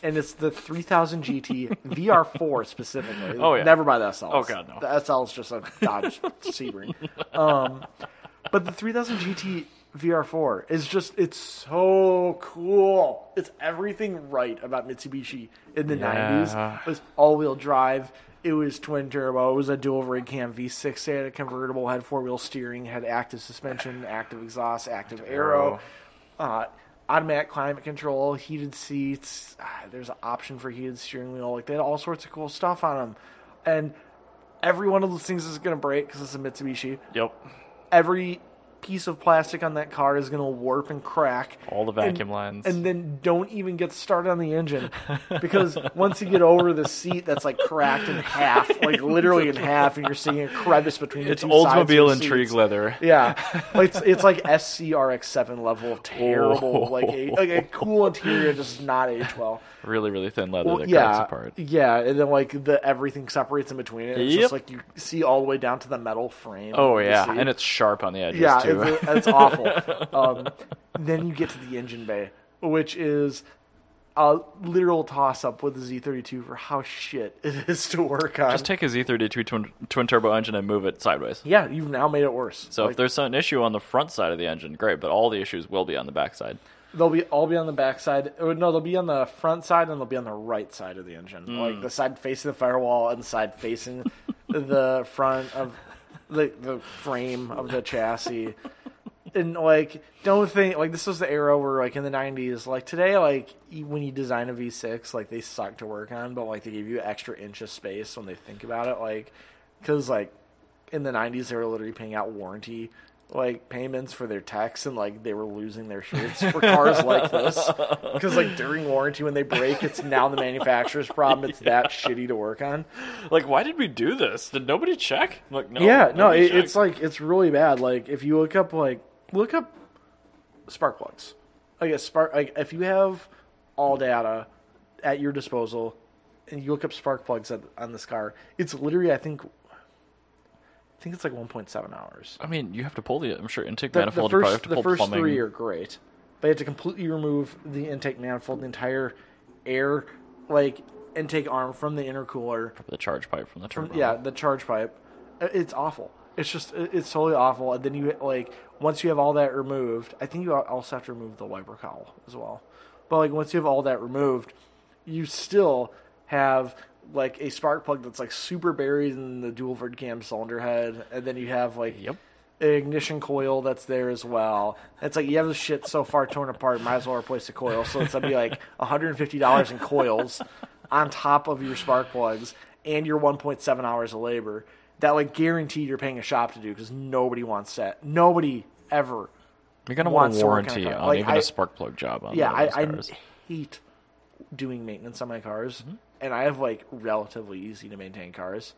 Speaker 2: and it's the 3000 GT VR4 specifically.
Speaker 1: Oh, yeah.
Speaker 2: never buy the SL.
Speaker 1: Oh, God, no.
Speaker 2: The SL is just a Dodge Sebring. Um, but the 3000 GT VR4 is just it's so cool. It's everything right about Mitsubishi in the
Speaker 1: Yeah.
Speaker 2: 90s. It was all-wheel drive. It was twin turbo. It was a dual rig cam V6. It had a convertible. Had four-wheel steering. Had active suspension, active exhaust, active aero. Uh, automatic climate control, heated seats. ah, There's an option for heated steering wheel. Like they had all sorts of cool stuff on them, and every one of those things is going to break because it's a Mitsubishi.
Speaker 1: Yep.
Speaker 2: Every piece of plastic on that car is going to warp and crack.
Speaker 1: All the vacuum lines.
Speaker 2: And then don't even get started on the engine because once you get over the seat that's like cracked in half, like literally in half, and you're seeing a crevice between the
Speaker 1: It's
Speaker 2: two sides of the
Speaker 1: Oldsmobile intrigue
Speaker 2: seats.
Speaker 1: leather.
Speaker 2: Yeah, Like, it's it's like SCRX7 level of terrible, like a, like a cool interior just does not age well.
Speaker 1: Really, really thin leather that cracks
Speaker 2: yeah,
Speaker 1: apart.
Speaker 2: yeah, and then like the everything separates in between it. It's
Speaker 1: Yep.
Speaker 2: just like you see all the way down to the metal frame.
Speaker 1: Oh
Speaker 2: of the
Speaker 1: yeah,
Speaker 2: seat.
Speaker 1: and it's sharp on the edges
Speaker 2: yeah,
Speaker 1: too.
Speaker 2: it's, it's awful. Um, then you get to the engine bay, which is a literal toss up with the Z32 for how shit it is to work on.
Speaker 1: Just take a Z32 twin, twin turbo engine and move it sideways.
Speaker 2: yeah, you've now made it worse.
Speaker 1: So
Speaker 2: Like,
Speaker 1: if there's an issue on the front side of the engine, great, but all the issues will be on the back side.
Speaker 2: They'll be all be on the back side. Or no, they'll be on the front side and they'll be on the right side of the engine,
Speaker 1: Hmm.
Speaker 2: like the side facing the firewall and the side facing the front of the the frame of the chassis. And like, don't think like this was the era where like in the '90s, like today, like e- when you design a V6, like they suck to work on, but like they give you extra inch of space when they think about it, like because like in the 90s they were literally paying out warranty like payments for their techs and like they were losing their shirts for cars like this because like during warranty when they break it's now the manufacturer's problem it's that shitty to work on
Speaker 1: Like, why did we do this? Did nobody check? Like, no.
Speaker 2: yeah no
Speaker 1: nobody
Speaker 2: it,
Speaker 1: checked.
Speaker 2: it's like it's really bad like if you look up like look up spark plugs like a spark like if you have all data at your disposal and you look up spark plugs at, on this car it's literally i think i think it's like 1.7 hours
Speaker 1: I mean, you have to pull the, I'm sure, intake
Speaker 2: the, the
Speaker 1: manifold. you probably have
Speaker 2: first,
Speaker 1: to
Speaker 2: the
Speaker 1: pull
Speaker 2: first
Speaker 1: plumbing.
Speaker 2: three are great, but you have to completely remove the intake manifold, the entire air like intake arm from the intercooler.
Speaker 1: The charge pipe from the turbo.
Speaker 2: Yeah, the charge pipe. I- It's awful. It's just it- it's totally awful. And then you like once you have all that removed, I think you al- also have to remove the wiper cowl as well. But like once you have all that removed, you still have like a spark plug that's like super buried in the dual vert cam cylinder head, and then you have like
Speaker 1: Yep.
Speaker 2: an ignition coil that's there as well. It's like you have the shit so far torn apart, might as well replace the coil. So it's gonna be like $150 in coils on top of your spark plugs and your 1.7 hours of labor that like guaranteed you're paying a shop to do because nobody wants that. Nobody ever.
Speaker 1: You're going to want
Speaker 2: wants
Speaker 1: a
Speaker 2: to work on a
Speaker 1: warranty
Speaker 2: car.
Speaker 1: on
Speaker 2: Like,
Speaker 1: even
Speaker 2: I-
Speaker 1: a spark plug job on
Speaker 2: Yeah,
Speaker 1: one of
Speaker 2: I,
Speaker 1: those
Speaker 2: I
Speaker 1: cars. Mm-hmm.
Speaker 2: hate doing maintenance on my cars, and I have like relatively easy to maintain cars.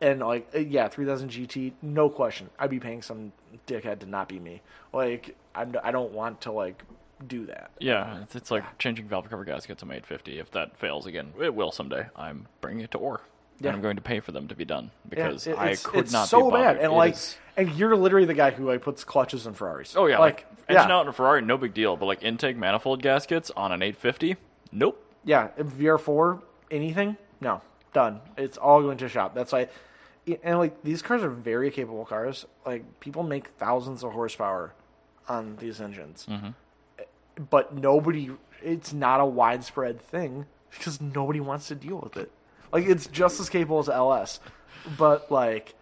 Speaker 2: And like, uh, yeah, 3000 GT, no question. I'd be paying some dickhead to not be me. Like, I'm, I don't want to like do that.
Speaker 1: Yeah, it's, it's like changing valve cover gaskets on my 850. If that fails again, it will someday. I'm bringing it to OR.
Speaker 2: Yeah.
Speaker 1: And I'm going to pay for them to be done
Speaker 2: Yeah,
Speaker 1: because
Speaker 2: it-
Speaker 1: I
Speaker 2: it's-
Speaker 1: could
Speaker 2: it's
Speaker 1: not
Speaker 2: so
Speaker 1: be bothered.
Speaker 2: bad. And
Speaker 1: It
Speaker 2: like,
Speaker 1: is-
Speaker 2: and you're literally the guy who like puts clutches in Ferraris.
Speaker 1: oh yeah, like,
Speaker 2: yeah,
Speaker 1: engine out in a Ferrari, no big deal. But like intake manifold gaskets on an 850, nope.
Speaker 2: yeah. if VR4, anything? No, done. It's all going to shop. That's why, and like these cars are very capable cars. Like people make thousands of horsepower on these engines, but nobody. It's not a widespread thing because nobody wants to deal with it. Like it's just as capable as LS, but like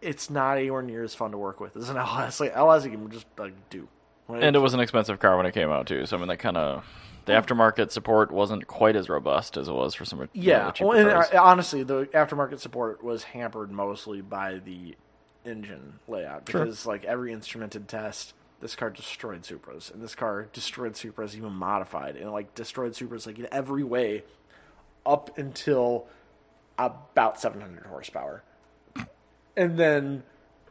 Speaker 2: it's not anywhere near as fun to work with as an LS. Like LS, you can just like do. When
Speaker 1: And it was an expensive car when it came out too. So I mean, that kind of the
Speaker 2: Mm.
Speaker 1: aftermarket support wasn't quite as robust as it was for some of you know,
Speaker 2: Yeah,
Speaker 1: the cheaper
Speaker 2: well, and
Speaker 1: cars.
Speaker 2: uh, honestly, the aftermarket support was hampered mostly by the engine layout because, like every instrumented test, this car destroyed Supras, and this car destroyed Supras even modified, and like destroyed Supras like in every way, up until about 700 horsepower, and then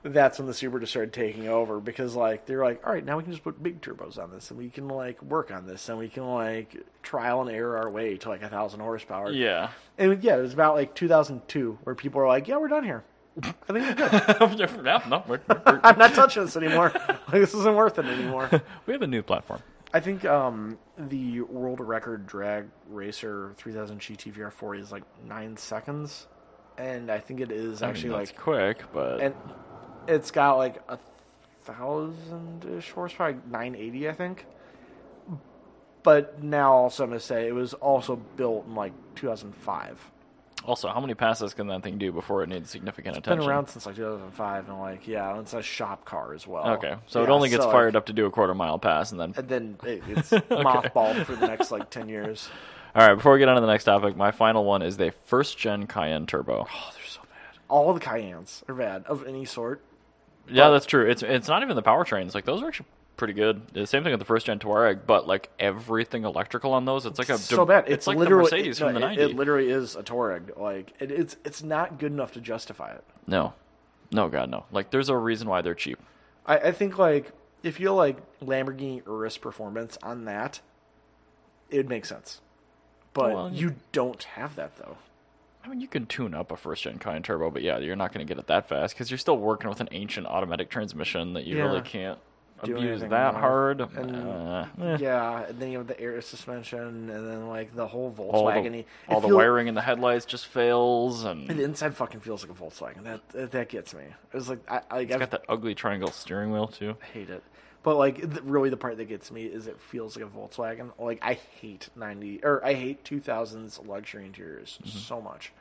Speaker 2: that's when the Supra just started taking over because like they're like, all right, now we can just put big turbos on this, and we can like work on this, and we can like trial and error our way to like a thousand horsepower.
Speaker 1: yeah,
Speaker 2: And yeah, it was about like 2002 where people were like, "Yeah, we're done here. I think we're good.
Speaker 1: yeah, no, we're, we're,
Speaker 2: I'm not touching this anymore. Like this isn't worth it anymore."
Speaker 1: we have a new platform.
Speaker 2: I think um, the world record drag racer 3000 GT VR4 is like nine seconds, and I think it is
Speaker 1: I mean,
Speaker 2: actually
Speaker 1: that's
Speaker 2: like,
Speaker 1: quick, but
Speaker 2: and it's got like a thousand ish horsepower, like 980, I think. But now also I'm gonna say it was also built in like 2005.
Speaker 1: Also, how many passes can that thing do before it needs significant
Speaker 2: It's
Speaker 1: attention?
Speaker 2: been around since like 2005, and like yeah, and it's a shop car as well.
Speaker 1: Okay, so it
Speaker 2: Yeah,
Speaker 1: only gets
Speaker 2: so, like,
Speaker 1: fired up to do a quarter mile pass, and then
Speaker 2: and then it, it's mothballed for the next like 10 years.
Speaker 1: all right. Before we get on to the next topic, my final one is the first gen Cayenne Turbo.
Speaker 2: Oh, they're so bad. All the Cayennes are bad of any sort.
Speaker 1: Yeah, that's true. It's it's not even the powertrains. Like those are actually pretty good. The same thing with the first gen Touareg, but like everything electrical on those, it's like a
Speaker 2: so bad. It's,
Speaker 1: like
Speaker 2: literally
Speaker 1: the Mercedes
Speaker 2: it,
Speaker 1: from
Speaker 2: no,
Speaker 1: the
Speaker 2: it-
Speaker 1: '90s.
Speaker 2: It, literally is a Touareg. Like it, it's it's not good enough to justify it.
Speaker 1: no, no, God, no. Like there's a reason why they're cheap.
Speaker 2: I, I think like if you like Lamborghini Urus performance on that, it would make sense. But
Speaker 1: Well,
Speaker 2: you don't have that though.
Speaker 1: I mean, you can tune up a first gen Cayenne Turbo, but yeah, you're not going to get it that fast because you're still working with an ancient automatic transmission that you
Speaker 2: Yeah.
Speaker 1: really can't
Speaker 2: Do
Speaker 1: abuse
Speaker 2: anything
Speaker 1: that
Speaker 2: with.
Speaker 1: hard.
Speaker 2: And-
Speaker 1: Uh, eh.
Speaker 2: Yeah, and then you have the air suspension, and then like the whole
Speaker 1: all
Speaker 2: Volkswagen.
Speaker 1: the, all the wiring in the headlights just fails, and
Speaker 2: The inside fucking feels like a Volkswagen. That that- that gets me. It was like I, I,
Speaker 1: it's
Speaker 2: I
Speaker 1: got that ugly triangle steering wheel too.
Speaker 2: hate it. But like, th- really, the part that gets me is it feels like a Volkswagen. Like I hate ninety or I hate two thousands luxury interiors
Speaker 1: Mm-hmm.
Speaker 2: so much.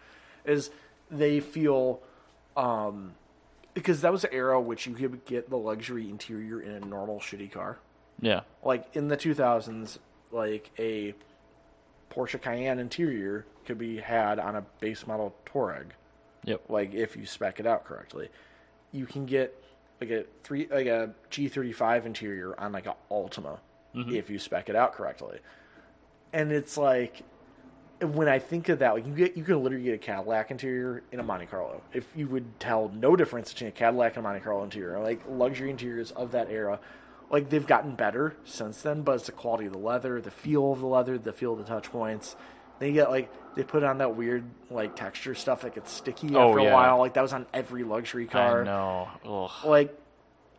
Speaker 2: Is they feel, um, because that was the era which you could get the luxury interior in a normal shitty car.
Speaker 1: Yeah,
Speaker 2: Like in the two thousands, like a Porsche Cayenne interior could be had on a base model Touareg
Speaker 1: yep.
Speaker 2: like if you spec it out correctly. You can get like a three like a G thirty five interior on like a Altima
Speaker 1: Mm-hmm.
Speaker 2: if you spec it out correctly. And it's like when I think of that, like you get you can literally get a Cadillac interior in a Monte Carlo. If you would tell no difference between a Cadillac and a Monte Carlo interior, like luxury interiors of that era, like they've gotten better since then, but it's the quality of the leather, the feel of the leather, the feel of the touch points. They get like they put on that weird like texture stuff that gets sticky
Speaker 1: Oh,
Speaker 2: after
Speaker 1: yeah.
Speaker 2: a while. Like that was on every luxury car.
Speaker 1: I know. Ugh.
Speaker 2: Like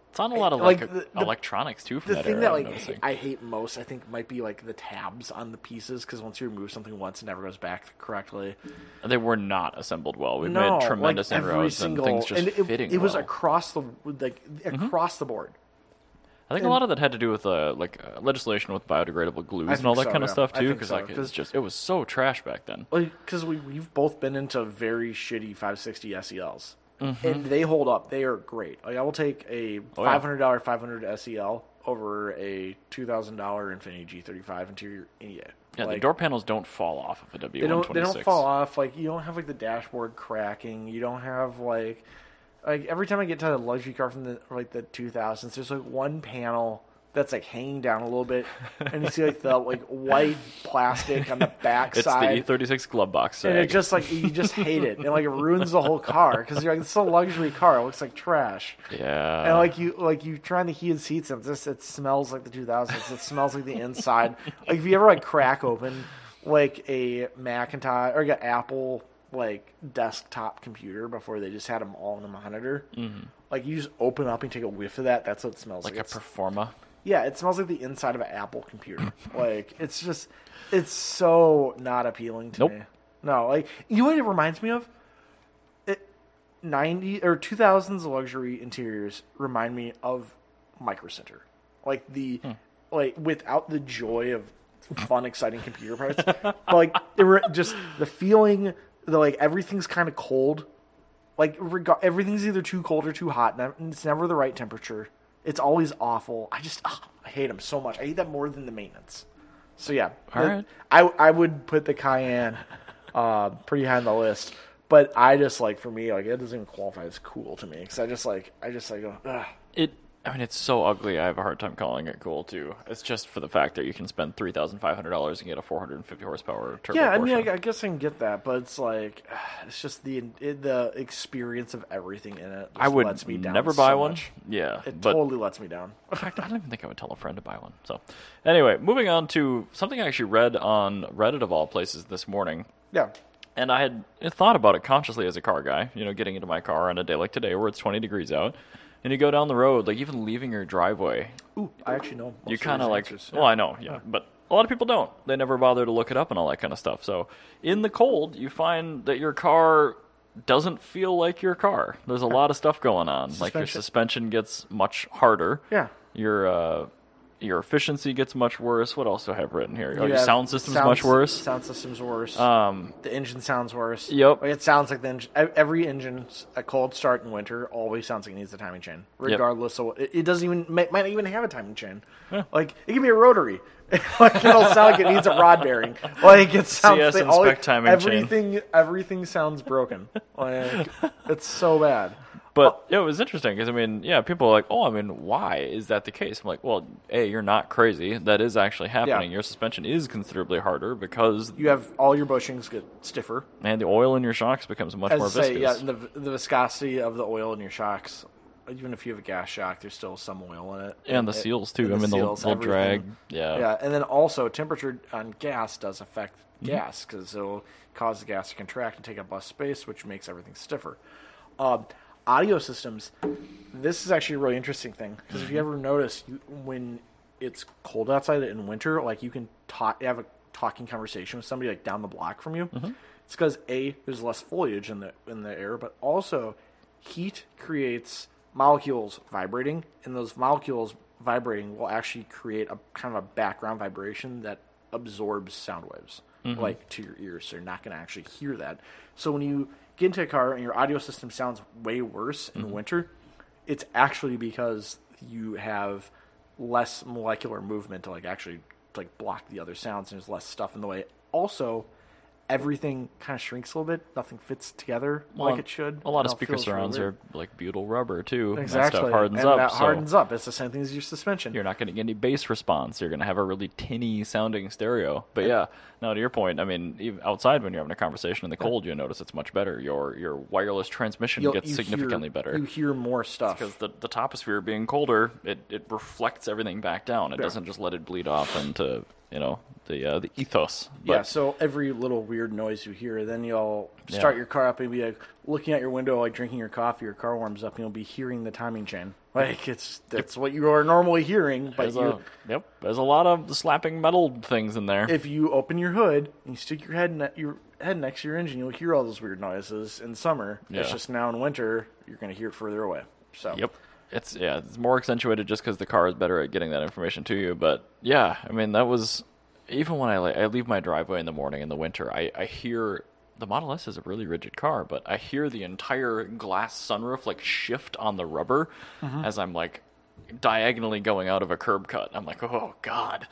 Speaker 1: It's on a lot of like,
Speaker 2: Like, the- the-
Speaker 1: electronics too from
Speaker 2: the
Speaker 1: that
Speaker 2: thing
Speaker 1: era.
Speaker 2: that
Speaker 1: I'm
Speaker 2: like
Speaker 1: noticing.
Speaker 2: I hate most, I think, might be like the tabs on the pieces because once you remove something once, it never goes back correctly.
Speaker 1: they were not assembled well. We've
Speaker 2: no,
Speaker 1: made tremendous
Speaker 2: like every
Speaker 1: inroads
Speaker 2: single,
Speaker 1: and things just
Speaker 2: and it,
Speaker 1: fitting.
Speaker 2: It was
Speaker 1: well. Mm-hmm.
Speaker 2: across the like across the board.
Speaker 1: I think a lot of that had to do with uh, like uh, legislation with biodegradable glues and all that
Speaker 2: think so,
Speaker 1: kind of
Speaker 2: yeah.
Speaker 1: stuff
Speaker 2: I
Speaker 1: too,
Speaker 2: think
Speaker 1: because
Speaker 2: so,
Speaker 1: like it's
Speaker 2: 'cause-
Speaker 1: just it was so trash back then.
Speaker 2: Like because we we've both been into very shitty 560 SELs, E and they hold up. They are great. Like I will take a
Speaker 1: Mm-hmm. Oh, yeah.
Speaker 2: $500 500 SEL E over a $2,000 Infiniti G35 interior any day.
Speaker 1: Yeah, the
Speaker 2: Like,
Speaker 1: door panels don't fall off of a W126.
Speaker 2: they don't they don't fall off like you don't have like the dashboard cracking you don't have like like every time i get to a luxury car from the like the 2000s there's like one panel that's like hanging down a little bit and you see like the like white plastic on the back
Speaker 1: It's
Speaker 2: side
Speaker 1: the E36 glove box.
Speaker 2: and it
Speaker 1: sag.
Speaker 2: just like you just hate it and like it ruins the whole car because you're like it's a luxury car it looks like trash
Speaker 1: yeah.
Speaker 2: and like you, like you try on the heated seats, and this it smells like the 2000s. It smells like the inside. like if you ever like crack open like a Macintosh or like an Apple like desktop computer before they just had them all in a monitor, like you just open up and take a whiff of that. That's what it smells like.
Speaker 1: like a
Speaker 2: It's-
Speaker 1: performa.
Speaker 2: yeah, it smells like the inside of an Apple computer. like it's just, it's so not appealing to
Speaker 1: Nope.
Speaker 2: me. No, like you know what it reminds me of. It ninety or two thousands luxury interiors remind me of Micro Center, like the like without the joy of fun, exciting computer parts, but like it were just the feeling. The like everything's kind of cold like reg- everything's either too cold or too hot and it's never the right temperature it's always awful i just ah, i hate them so much i hate that more than the maintenance so yeah
Speaker 1: All
Speaker 2: the-
Speaker 1: right.
Speaker 2: I, I would put the cayenne uh, pretty high on the list but i just like for me like it doesn't even qualify as cool to me because i just like i just like ugh.
Speaker 1: It. I mean, it's so ugly. I have a hard time calling it cool too. It's just for the fact that you can spend three thousand five hundred dollars and get a four hundred and fifty horsepower turbo.
Speaker 2: yeah i mean
Speaker 1: Porsche.
Speaker 2: I, I guess i can get that but it's like it's just the it, the experience of everything in it
Speaker 1: I
Speaker 2: just
Speaker 1: would
Speaker 2: lets me down
Speaker 1: never
Speaker 2: so
Speaker 1: buy one.
Speaker 2: much.
Speaker 1: Yeah,
Speaker 2: it
Speaker 1: but
Speaker 2: totally lets me down
Speaker 1: in fact, I don't even think I would tell a friend to buy one. So, anyway, moving on to something I actually read on Reddit of all places this morning,
Speaker 2: yeah
Speaker 1: and I had thought about it consciously as a car guy. You know, getting into my car on a day like today where it's twenty degrees out, and you go down the road, like even leaving your driveway,
Speaker 2: Ooh, I actually know.
Speaker 1: you kind of like well i know yeah but a lot of people don't they never bother to look it up and all that kind of stuff so in the cold you find that your car doesn't feel like your car there's a lot of stuff going on like your
Speaker 2: Suspension.
Speaker 1: suspension gets much harder
Speaker 2: Yeah.
Speaker 1: your uh your efficiency gets much worse. What else do I have written here? Oh,
Speaker 2: You
Speaker 1: your
Speaker 2: have
Speaker 1: sound system's
Speaker 2: sound
Speaker 1: much
Speaker 2: sys-
Speaker 1: worse.
Speaker 2: Sound system's worse.
Speaker 1: Um,
Speaker 2: the engine sounds worse.
Speaker 1: Yep.
Speaker 2: Like, it sounds like the engine. e, Every engine, a cold start in winter, always sounds like it needs a timing chain, regardless of what. It, it doesn't even might, might not even have a timing chain. Like it can be a rotary. like it'll sound like it needs a rod bearing. Like it sounds.
Speaker 1: CS
Speaker 2: they all-
Speaker 1: inspect timing chain.
Speaker 2: everything, Everything sounds broken. Like it's so bad.
Speaker 1: But yeah, it was interesting because I mean, yeah, people are like, "Oh, I mean, why is that the case?" I'm like, "Well, a, you're not crazy. That is actually happening. Your suspension is considerably harder because,
Speaker 2: You have all your bushings get stiffer.
Speaker 1: and the oil in your shocks becomes much
Speaker 2: As I
Speaker 1: more
Speaker 2: say,
Speaker 1: viscous.
Speaker 2: yeah, the the viscosity of the oil in your shocks. Even if you have a gas shock, there's still some oil in it.
Speaker 1: and the seals too.
Speaker 2: and
Speaker 1: I
Speaker 2: the
Speaker 1: mean, they'll,
Speaker 2: seals,
Speaker 1: they'll
Speaker 2: everything.
Speaker 1: drag. Yeah.
Speaker 2: Yeah, and then also temperature on gas does affect
Speaker 1: Mm-hmm.
Speaker 2: gas because it'll cause the gas to contract and take up less space, which makes everything stiffer. Um, audio systems. This is actually a really interesting thing because if you
Speaker 1: Mm-hmm.
Speaker 2: ever notice, you, when it's cold outside in winter, like you can talk, have a talking conversation with somebody like down the block from you.
Speaker 1: Mm-hmm.
Speaker 2: It's because a there's less foliage in the in the air, but also heat creates molecules vibrating, and those molecules vibrating will actually create a kind of a background vibration that absorbs sound waves like to your ears. So you're not going to actually hear that. So when you get into a car and your audio system sounds way worse in winter, it's actually because you have less molecular movement to like actually to, like block the other sounds and there's less stuff in the way. Also, everything kind of shrinks a little bit. Nothing fits together
Speaker 1: Well,
Speaker 2: like it should.
Speaker 1: A lot
Speaker 2: It
Speaker 1: of
Speaker 2: all
Speaker 1: speaker
Speaker 2: feels really
Speaker 1: surrounds
Speaker 2: weird.
Speaker 1: are like butyl rubber too. and That
Speaker 2: Exactly.
Speaker 1: stuff hardens
Speaker 2: and
Speaker 1: up.
Speaker 2: That
Speaker 1: so
Speaker 2: hardens up. It's the same thing as your suspension.
Speaker 1: you're not going to get any bass response. You're going to have a really tinny sounding stereo. But yeah, now to your point, I mean, even outside when you're having a conversation in the cold, you notice it's much better. Your your wireless transmission
Speaker 2: You'll-
Speaker 1: gets
Speaker 2: you
Speaker 1: significantly
Speaker 2: hear,
Speaker 1: better
Speaker 2: You hear more stuff.
Speaker 1: because the the toposphere being colder, it, it reflects everything back down. It doesn't just let it bleed off into you know the uh, the ethos. But
Speaker 2: yeah, so every little weird noise you hear, then you'll start your car up and be like looking out your window, like drinking your coffee. Your car warms up, and you'll be hearing the timing chain. Like it's that's what you are normally hearing, but
Speaker 1: there's
Speaker 2: you,
Speaker 1: a, yep, there's a lot of slapping metal things in there.
Speaker 2: if you open your hood and you stick your head ne- your head next to your engine, you'll hear all those weird noises in summer. It's
Speaker 1: Yeah.
Speaker 2: just now in winter, you're going to hear it further away. So
Speaker 1: Yep. It's yeah, it's more accentuated just because the car is better at getting that information to you. But yeah, I mean that was even when I like, I leave my driveway in the morning in the winter, I I hear the Model S is a really rigid car, but I hear the entire glass sunroof like shift on the rubber
Speaker 2: Mm-hmm.
Speaker 1: as I'm like diagonally going out of a curb cut. I'm like, oh god,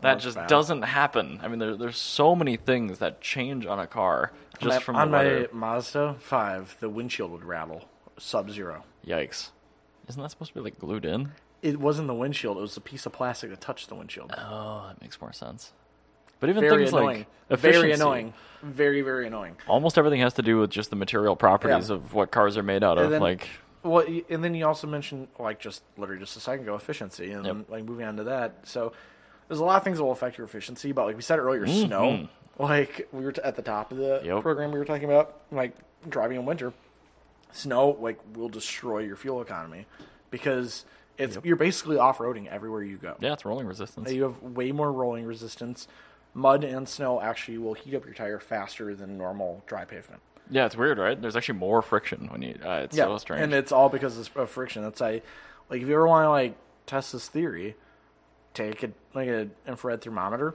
Speaker 1: that just doesn't happen. I mean, there, there's so many things that change on a car just
Speaker 2: My-
Speaker 1: from
Speaker 2: on
Speaker 1: the
Speaker 2: my
Speaker 1: weather.
Speaker 2: Mazda five, the windshield would rattle sub zero.
Speaker 1: Yikes! Isn't that supposed to be like glued in?
Speaker 2: It wasn't the windshield; it was the piece of plastic that touched the windshield.
Speaker 1: Oh, that makes more sense. But even
Speaker 2: very
Speaker 1: things
Speaker 2: annoying.
Speaker 1: like
Speaker 2: very
Speaker 1: efficiency,
Speaker 2: annoying. Very very annoying.
Speaker 1: Almost everything has to do with just the material properties
Speaker 2: Yeah.
Speaker 1: of what cars are made out of.
Speaker 2: then-
Speaker 1: like,
Speaker 2: Well, y- and then you also mentioned like just literally just a second ago efficiency, and like moving on to that. So there's a lot of things that will affect your efficiency, but like we said earlier, snow. Like we were t- at the top of the
Speaker 1: Mm-hmm. Yep.
Speaker 2: program, we were talking about like driving in winter. Snow like will destroy your fuel economy because it's you're basically off roading everywhere you go.
Speaker 1: yeah, it's rolling resistance.
Speaker 2: You have way more rolling resistance. Mud and snow actually will heat up your tire faster than normal dry pavement.
Speaker 1: Yeah, it's weird, right? There's actually more friction when you. Uh, it's so strange.
Speaker 2: And it's all because of of friction. That's I like if you ever want to like test this theory, take a like an infrared thermometer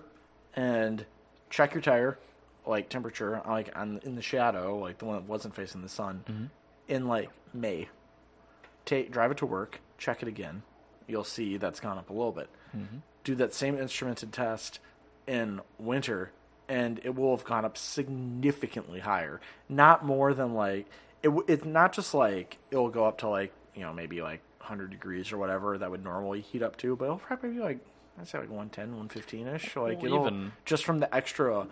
Speaker 2: and check your tire like temperature like on in the shadow, like the one that wasn't facing the sun
Speaker 1: Mm-hmm.
Speaker 2: in like May. Take drive it to work, check it again. You'll see that's gone up a little bit. Do that same instrumented test in winter and it will have gone up significantly higher. Not more than like it w- it's not just like it'll go up to like, you know, maybe like 100 degrees or whatever that would normally heat up to, but it'll probably be like I'd say like 110, 115 ish. Like
Speaker 1: Well,
Speaker 2: it'll
Speaker 1: even-
Speaker 2: just from the extra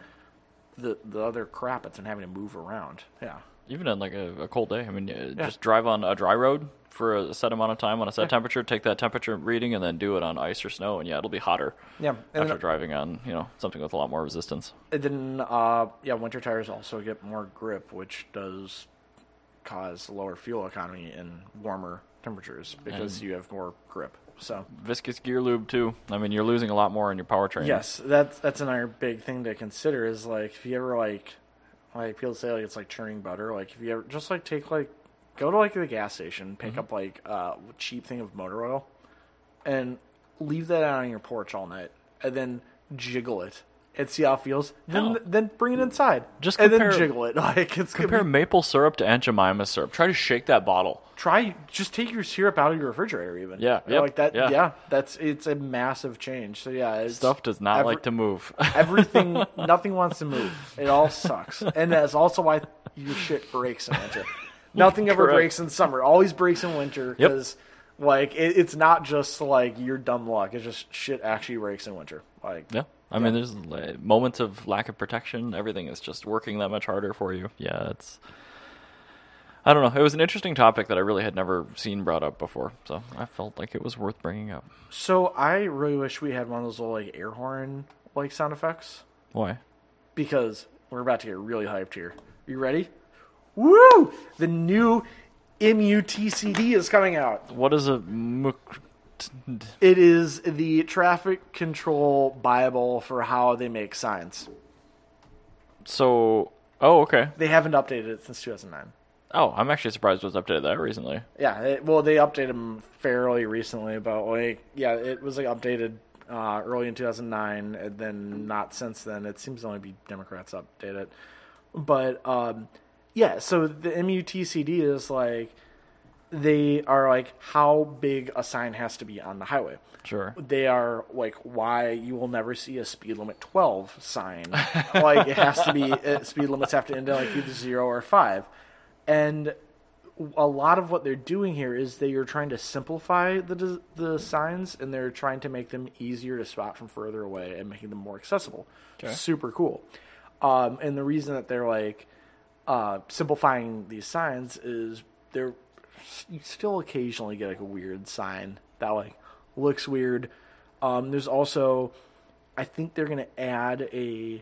Speaker 2: the the other crap it's been having to move around. Yeah.
Speaker 1: even on like a, a cold day, I mean, uh, just drive on a dry road for a set amount of time on a set temperature, take that temperature reading, and then do it on ice or snow, and yeah, it'll be hotter.
Speaker 2: Yeah, and
Speaker 1: After
Speaker 2: then-
Speaker 1: driving on, you know, something with a lot more resistance.
Speaker 2: And then, uh, yeah, winter tires also get more grip, which does cause lower fuel economy in warmer temperatures because you have more grip. So,
Speaker 1: Viscous gear lube too. I mean, you're losing a lot more in your powertrain.
Speaker 2: yes, that's that's another big thing to consider is like if you ever like, like people say like it's like churning butter. Like if you ever just like take like
Speaker 1: Mm-hmm.
Speaker 2: uh, go to like the gas station, pick up like a cheap thing of motor oil, and leave that out on your porch all night, and then jiggle it and see how it feels. Then
Speaker 1: Hell.
Speaker 2: then bring it inside,
Speaker 1: Just
Speaker 2: and then
Speaker 1: compare-
Speaker 2: jiggle it. Like it's gonna
Speaker 1: Compare
Speaker 2: be-
Speaker 1: maple syrup to Aunt Jemima syrup. Try to shake that bottle.
Speaker 2: try just take your syrup out of your refrigerator even.
Speaker 1: Yeah,
Speaker 2: You know,
Speaker 1: yep,
Speaker 2: like that.
Speaker 1: yeah.
Speaker 2: Yeah. that's it's a massive change. So yeah, it's,
Speaker 1: Stuff does not
Speaker 2: every-
Speaker 1: like to move.
Speaker 2: Everything, nothing wants to move. It all sucks, and that's also why your shit breaks in winter. Nothing ever
Speaker 1: Correct.
Speaker 2: breaks in summer. Always breaks in winter
Speaker 1: Yep.
Speaker 2: because, like, it, it's not just like your dumb luck. It's just shit actually breaks in winter. Like,
Speaker 1: yeah. I mean, there's uh, moments of lack of protection. Everything is just working that much harder for you. Yeah, it's. I don't know. It was an interesting topic that I really had never seen brought up before, so I felt like it was worth bringing up.
Speaker 2: so I really wish we had one of those little like air horn like sound effects
Speaker 1: Why?
Speaker 2: because we're about to get really hyped here. You ready? Woo! The new MUTCD is coming out.
Speaker 1: What is a muk? t- d-
Speaker 2: It is the traffic control bible for how they make signs.
Speaker 1: So, oh, okay.
Speaker 2: They haven't updated it since 2009.
Speaker 1: Oh, I'm actually surprised it was updated that recently.
Speaker 2: Yeah, it, well, they updated them fairly recently, but like, yeah, it was like updated uh, early in 2009, and then not since then. It seems to only be Democrats update it, but um, yeah. So the MUTCD is like they are like how big a sign has to be on the highway.
Speaker 1: Sure.
Speaker 2: they are like why you will never see a speed limit 12 sign like it has to be uh, speed limits have to end at like either zero or five and a lot of what they're doing here is they are trying to simplify the des- the signs and they're trying to make them easier to spot from further away and making them more accessible super cool um, and the reason that they're like uh, simplifying these signs is they're you still occasionally get like a weird sign that like looks weird. Um, there's also, I think they're gonna add a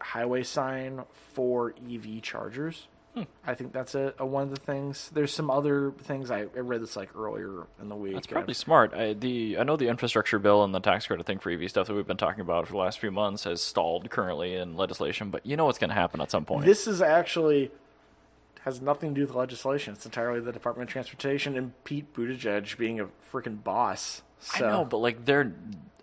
Speaker 2: highway sign for EV chargers.
Speaker 1: Hmm.
Speaker 2: I think that's a, a one of the things. There's some other things I, I read this like earlier in the week.
Speaker 1: That's probably smart. I, the I know the infrastructure bill and the tax credit thing for EV stuff that we've been talking about for the last few months has stalled currently in legislation, but you know what's going to happen at some point.
Speaker 2: This is actually has nothing to do with legislation. It's entirely the Department of Transportation and Pete Buttigieg being a freaking boss. So.
Speaker 1: I know, but like they're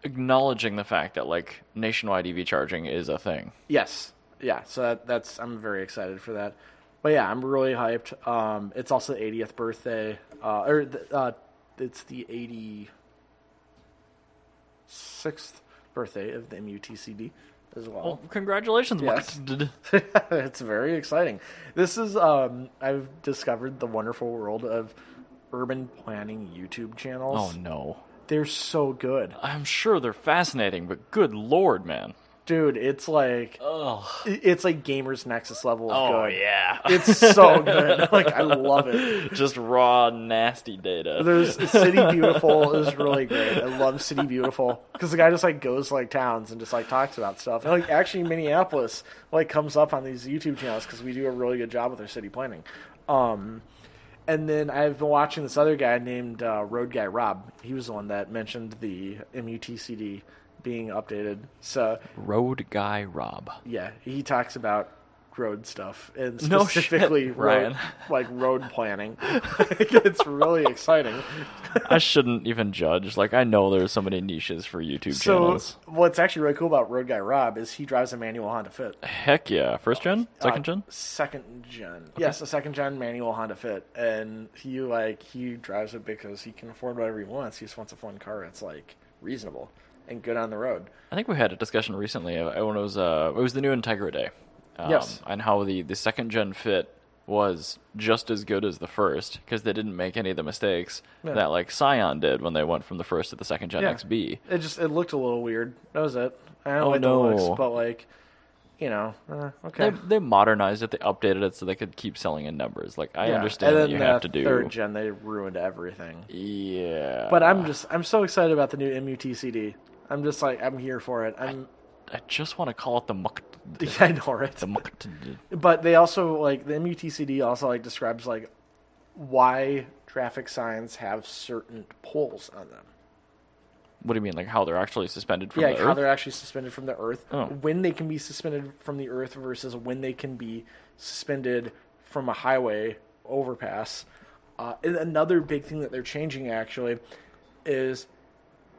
Speaker 1: acknowledging the fact that like nationwide EV charging is a thing.
Speaker 2: Yes. Yeah. So that, that's I'm very excited for that. But yeah, I'm really hyped. Um, it's also the 80th birthday, uh, or the, uh, it's the 86th birthday of the MUTCD as
Speaker 1: Well,
Speaker 2: well.
Speaker 1: congratulations,
Speaker 2: Yes.
Speaker 1: Mark.
Speaker 2: it's very exciting. This is um, I've discovered the wonderful world of urban planning YouTube
Speaker 1: Oh
Speaker 2: channels.
Speaker 1: no.
Speaker 2: They're so good,
Speaker 1: I'm sure they're fascinating, but good lord, man.
Speaker 2: dude. It's like
Speaker 1: Oh,
Speaker 2: it's like gamers nexus level of
Speaker 1: oh
Speaker 2: good.
Speaker 1: yeah.
Speaker 2: It's so good. Like I love it.
Speaker 1: Just raw nasty data.
Speaker 2: There's City Beautiful is really great. I love City Beautiful because the guy just like goes to, like towns and just like talks about stuff. And like actually Minneapolis like comes up on these YouTube channels because we do a really good job with our city planning. Um, and then I've been watching this other guy named uh, Road Guy Rob. He was the one that mentioned the MUTCD being updated. So
Speaker 1: Road guy Rob.
Speaker 2: yeah, he talks about road stuff and
Speaker 1: No shit,
Speaker 2: specifically
Speaker 1: Ryan.
Speaker 2: road, like road planning. it's really exciting.
Speaker 1: I shouldn't even judge. Like I know there's so many niches for YouTube
Speaker 2: So
Speaker 1: channels.
Speaker 2: what's actually really cool about Road Guy Rob is he drives a manual Honda Fit.
Speaker 1: Heck yeah. First gen? Second
Speaker 2: Uh,
Speaker 1: gen?
Speaker 2: Second gen. Yes, a second gen manual Honda Fit, and he like he drives it because he can afford whatever he wants. He just wants a fun car that's like reasonable and good on the road.
Speaker 1: I think we had a discussion recently uh, when it was uh, it was the new Integra Day, um,
Speaker 2: Yes.
Speaker 1: and how the, the second gen fit was just as good as the first because they didn't make any of the mistakes that like Scion did when they went from the first to the second gen
Speaker 2: Yeah.
Speaker 1: XB.
Speaker 2: It just it looked a little weird. That was it. I don't
Speaker 1: Oh,
Speaker 2: like the looks,
Speaker 1: no.
Speaker 2: but like you know, uh,
Speaker 1: They,
Speaker 2: okay.
Speaker 1: they modernized it, they updated it so they could keep selling in numbers. Like I
Speaker 2: Yeah.
Speaker 1: understand
Speaker 2: And
Speaker 1: that you
Speaker 2: then
Speaker 1: have
Speaker 2: the
Speaker 1: to do,
Speaker 2: third gen. They ruined everything.
Speaker 1: yeah.
Speaker 2: But I'm just I'm so excited about the new MUTCD. I'm just like I'm here for it. I'm
Speaker 1: I just want to call it the muck.
Speaker 2: yeah, I know right.
Speaker 1: The muck.
Speaker 2: But they also like the MUTCD also like describes like why traffic signs have certain poles on them.
Speaker 1: What do you mean? Like how they're actually suspended from
Speaker 2: yeah,
Speaker 1: the
Speaker 2: like how
Speaker 1: earth?
Speaker 2: they're actually suspended from the earth,
Speaker 1: Oh.
Speaker 2: when they can be suspended from the earth versus when they can be suspended from a highway overpass. Uh, and another big thing that they're changing actually is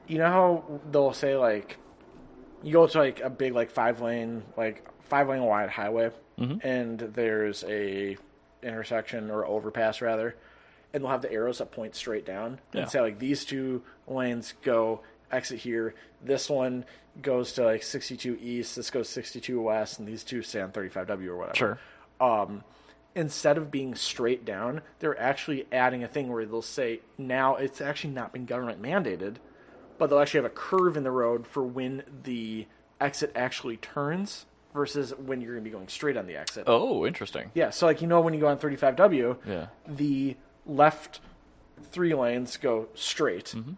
Speaker 2: you know how they'll say like you go to like a big like five lane like five lane wide highway
Speaker 1: Mm-hmm.
Speaker 2: and there's a intersection or overpass rather and they'll have the arrows that point straight down
Speaker 1: Yeah.
Speaker 2: and say like these two lanes go exit here this one goes to like 62 east this goes 62 west and these two stay on 35w or whatever
Speaker 1: Sure.
Speaker 2: um, instead of being straight down, they're actually adding a thing where they'll say now it's actually not been government mandated, but they'll actually have a curve in the road for when the exit actually turns versus when you're going to be going straight on the exit.
Speaker 1: Oh, interesting.
Speaker 2: Yeah, so like you know when you go on 35W,
Speaker 1: Yeah.
Speaker 2: the left three lanes go straight,
Speaker 1: Mm-hmm.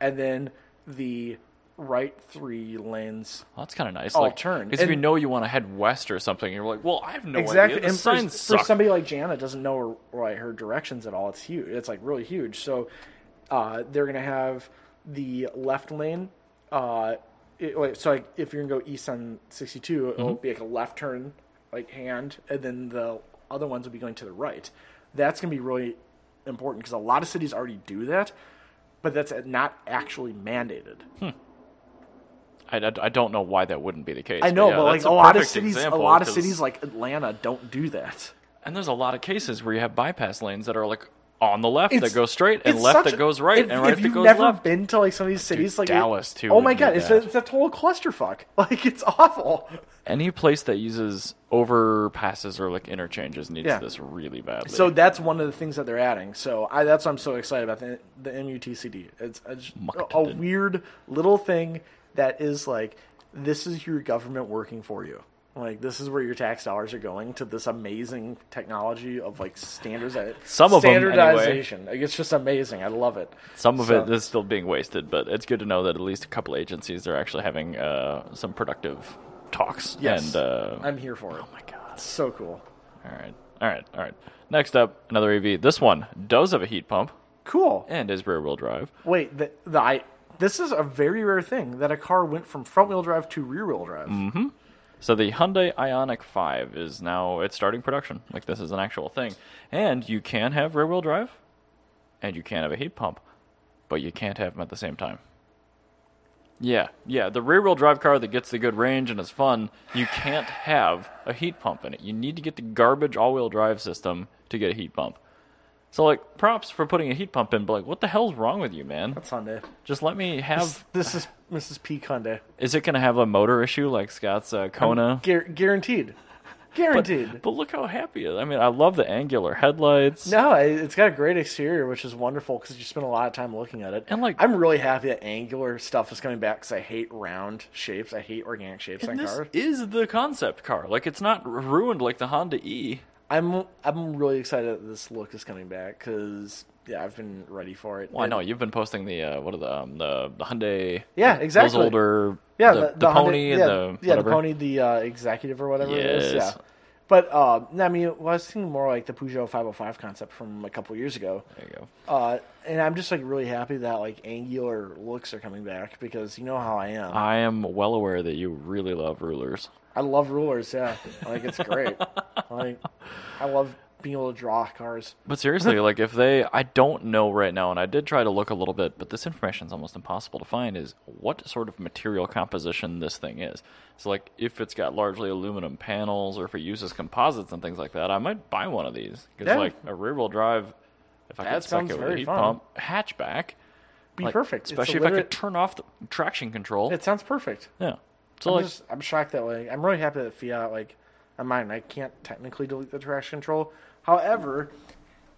Speaker 2: and then the right three lanes
Speaker 1: Well, that's kind of nice.
Speaker 2: I'll
Speaker 1: like,
Speaker 2: turn.
Speaker 1: Because if you
Speaker 2: Oh, And-
Speaker 1: know you want to head west or something, you're like, well, I have no
Speaker 2: exactly.
Speaker 1: idea. The
Speaker 2: and
Speaker 1: signs
Speaker 2: for,
Speaker 1: suck.
Speaker 2: for somebody like Jan that doesn't know or like her directions at all, it's huge. It's like really huge. So uh, they're gonna have the left lane. Uh, it, like, so like if you're gonna go east on 62, it'll
Speaker 1: Mm-hmm.
Speaker 2: be like a left turn, like hand, and then the other ones will be going to the right. That's gonna be really important because a lot of cities already do that, but that's not actually mandated.
Speaker 1: Hmm. I, I, I don't know why that wouldn't be the case.
Speaker 2: I know,
Speaker 1: yeah,
Speaker 2: but like
Speaker 1: that's
Speaker 2: a lot of
Speaker 1: perfect
Speaker 2: cities, a
Speaker 1: example,
Speaker 2: lot of
Speaker 1: 'cause-
Speaker 2: cities like Atlanta don't do that.
Speaker 1: And there's a lot of cases where you have bypass lanes that are like on the left that
Speaker 2: It's-
Speaker 1: goes straight and
Speaker 2: it's
Speaker 1: left
Speaker 2: such
Speaker 1: that
Speaker 2: a-
Speaker 1: goes right
Speaker 2: if,
Speaker 1: and right
Speaker 2: if
Speaker 1: that
Speaker 2: you've
Speaker 1: goes
Speaker 2: never
Speaker 1: left.
Speaker 2: been to like some of these cities, like it-
Speaker 1: Dallas, too,
Speaker 2: Oh
Speaker 1: would
Speaker 2: my
Speaker 1: do
Speaker 2: god, it's a,
Speaker 1: that.
Speaker 2: it's a total clusterfuck. Like it's awful.
Speaker 1: Any place that uses overpasses or like interchanges needs
Speaker 2: Yeah.
Speaker 1: this really badly.
Speaker 2: So that's one of the things that they're adding. So I, that's why I'm so excited about the, the MUTCD. It's, it's a, a
Speaker 1: Mucked it in.
Speaker 2: weird little thing that is like this is your government working for you. Like this is where your tax dollars are going to this amazing technology of like standards.
Speaker 1: Some of 'em, anyway.
Speaker 2: standardization. Like, it's just amazing. I love it.
Speaker 1: some of
Speaker 2: so-
Speaker 1: it is still being wasted, but it's good to know that at least a couple agencies are actually having uh, some productive talks.
Speaker 2: Yes,
Speaker 1: And uh,
Speaker 2: I'm here for it.
Speaker 1: oh my god.
Speaker 2: So cool.
Speaker 1: All right. All right. All right. Next up, another EV. This one does have a heat pump
Speaker 2: Cool.
Speaker 1: and is rear wheel drive.
Speaker 2: Wait, the, the I. This is a very rare thing that a car went from front wheel drive to rear wheel drive.
Speaker 1: Mm. So the Hyundai Ionic 5 is now it's starting production. Like this is an actual thing. And you can have rear wheel drive and you can have a heat pump, but you can't have them at the same time. Yeah. Yeah, the rear wheel drive car that gets the good range and is fun, you can't have a heat pump in it. You need to get the garbage all-wheel drive system to get a heat pump. So like props for putting a heat pump in, but like what the hell's wrong with you, man?
Speaker 2: That's Hyundai.
Speaker 1: Just let me have
Speaker 2: This is Mrs. P Hyundai.
Speaker 1: Is it going to have a motor issue like Scott's uh, Kona?
Speaker 2: Guar- guaranteed. Guaranteed.
Speaker 1: But look how happy it is. I mean, I love the angular headlights.
Speaker 2: no, it- it's got a great exterior, which is wonderful because you spend a lot of time looking at it.
Speaker 1: And, like-
Speaker 2: I'm really happy that angular stuff is coming back because I hate round shapes. I hate organic shapes on
Speaker 1: And this
Speaker 2: cars.
Speaker 1: is the concept car. Like, it's not r- ruined like the Honda E.
Speaker 2: I'm I'm really excited that this look is coming back because yeah, I've been ready for it.
Speaker 1: Well, I
Speaker 2: It-
Speaker 1: know you've been posting the uh, what are the um, the, the Hyundai?
Speaker 2: Yeah,
Speaker 1: those
Speaker 2: exactly.
Speaker 1: older
Speaker 2: Yeah,
Speaker 1: the,
Speaker 2: the,
Speaker 1: the
Speaker 2: Hyundai-
Speaker 1: pony
Speaker 2: yeah,
Speaker 1: and the
Speaker 2: yeah,
Speaker 1: whatever.
Speaker 2: the pony, the uh, executive or whatever it is.
Speaker 1: Yes.
Speaker 2: Yeah, but um, no, I mean, well, I was thinking more like the Peugeot 505 concept from a couple years ago,
Speaker 1: There you go.
Speaker 2: uh, and I'm just like really happy that like angular looks are coming back because you know how I am.
Speaker 1: I am well aware that you really love rulers.
Speaker 2: I love rulers. Yeah, like it's great. like I love being able to draw cars.
Speaker 1: But seriously, like if they, I don't know right now, and I did try to look a little bit, but this information is almost impossible to find. Is what sort of material composition this thing is? So, like if it's got largely aluminum panels, or if it uses composites and things like that, I might buy one of these because
Speaker 2: Yeah.
Speaker 1: like a rear-wheel drive, if I
Speaker 2: That
Speaker 1: could spec
Speaker 2: sounds
Speaker 1: it with a
Speaker 2: very
Speaker 1: heat
Speaker 2: fun.
Speaker 1: pump hatchback,
Speaker 2: Be
Speaker 1: like,
Speaker 2: perfect, It's
Speaker 1: Especially
Speaker 2: a
Speaker 1: if I
Speaker 2: liter-
Speaker 1: could turn off the traction control.
Speaker 2: It sounds perfect.
Speaker 1: yeah. So
Speaker 2: I'm
Speaker 1: like,
Speaker 2: just I'm shocked that like I'm really happy that Fiat like on mine I can't technically delete the traction control. However,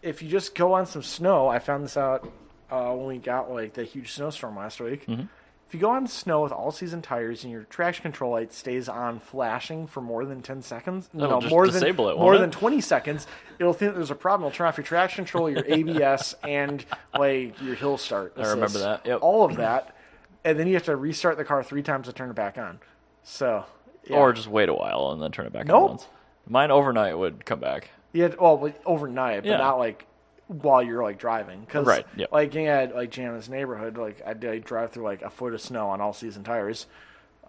Speaker 2: if you just go on some snow, I found this out uh, when we got like the huge snowstorm last week.
Speaker 1: Mm-hmm.
Speaker 2: If you go on snow with all season tires and your traction control light stays on flashing for more than ten seconds, no
Speaker 1: Oh, just
Speaker 2: more than
Speaker 1: disable it, won't
Speaker 2: more
Speaker 1: it?
Speaker 2: than twenty seconds, it'll think there's a problem. It'll turn off your traction control, your ABS, and like your hill start. I
Speaker 1: remember that, yep.
Speaker 2: All of that, and then you have to restart the car three times to turn it back on. So, yeah.
Speaker 1: or just wait a while and then turn it back on
Speaker 2: Nope.
Speaker 1: once. Mine overnight would come back.
Speaker 2: you had well like, overnight, but
Speaker 1: Yeah.
Speaker 2: not like while you're like driving. Cause,
Speaker 1: Right, yep.
Speaker 2: Like yeah, like Jana's neighborhood, like I did I drive through like a foot of snow on all season tires.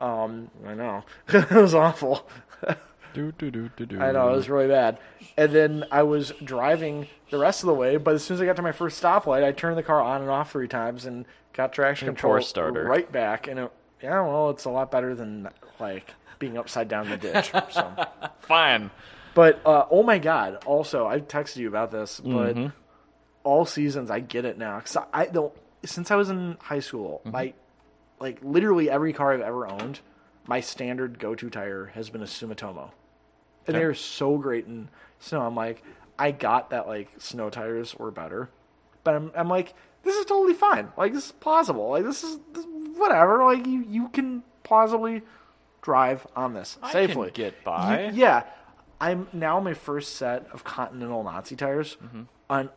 Speaker 2: Um, I know it was awful.
Speaker 1: Do, do, do, do, do.
Speaker 2: I know it was really bad. And then I was driving the rest of the way, but as soon as I got to my first stoplight, I turned the car on and off three times and got traction
Speaker 1: Your
Speaker 2: control
Speaker 1: poor starter.
Speaker 2: right back. And it, yeah, well, it's a lot better than like being upside down in the ditch. So.
Speaker 1: Fine.
Speaker 2: But uh, oh my god! Also, I texted you about this, but
Speaker 1: Mm-hmm.
Speaker 2: all seasons I get it now. Cause I don't since I was in high school,
Speaker 1: Mm-hmm.
Speaker 2: my like literally every car I've ever owned, my standard go-to tire has been a Sumitomo, and they're so great in snow. I'm like, I got that like snow tires were better, but I'm I'm like, this is totally fine. Like this is plausible. Like this is this, whatever. Like you you can plausibly drive on this
Speaker 1: I can
Speaker 2: safely
Speaker 1: get by.
Speaker 2: You- yeah, I'm now on my first set of Continental Nazi tires.
Speaker 1: Mm-hmm.
Speaker 2: On,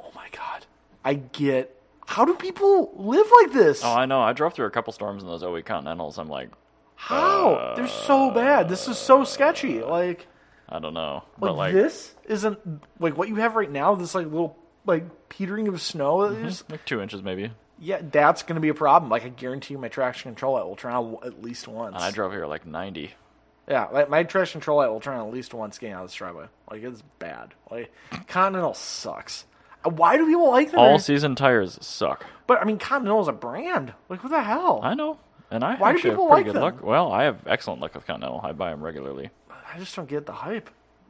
Speaker 2: oh my god, I get. How do people live like this?
Speaker 1: Oh, I know. I drove through a couple storms in those OE Continentals. I'm like,
Speaker 2: how
Speaker 1: uh,
Speaker 2: they're so bad. This is so sketchy. Like,
Speaker 1: I don't know.
Speaker 2: like,
Speaker 1: uh, but like,
Speaker 2: this isn't like what you have right now. This like little like petering of snow. There's-
Speaker 1: like two inches maybe.
Speaker 2: Yeah, that's gonna be a problem. Like I guarantee you, my traction control light will turn on at least once.
Speaker 1: And I drove here like 90.
Speaker 2: Yeah, like my traction control light will turn on at least once getting out of this driveway. Like it's bad. Like Continental sucks. Uh, Why do people like them?
Speaker 1: All season tires suck.
Speaker 2: but I mean, Continental is a brand. Like what the hell?
Speaker 1: I know. And I
Speaker 2: Why do
Speaker 1: actually have
Speaker 2: people
Speaker 1: pretty
Speaker 2: like
Speaker 1: good
Speaker 2: them?
Speaker 1: luck. Well, I have excellent luck with Continental. I buy them regularly.
Speaker 2: I just don't get the hype.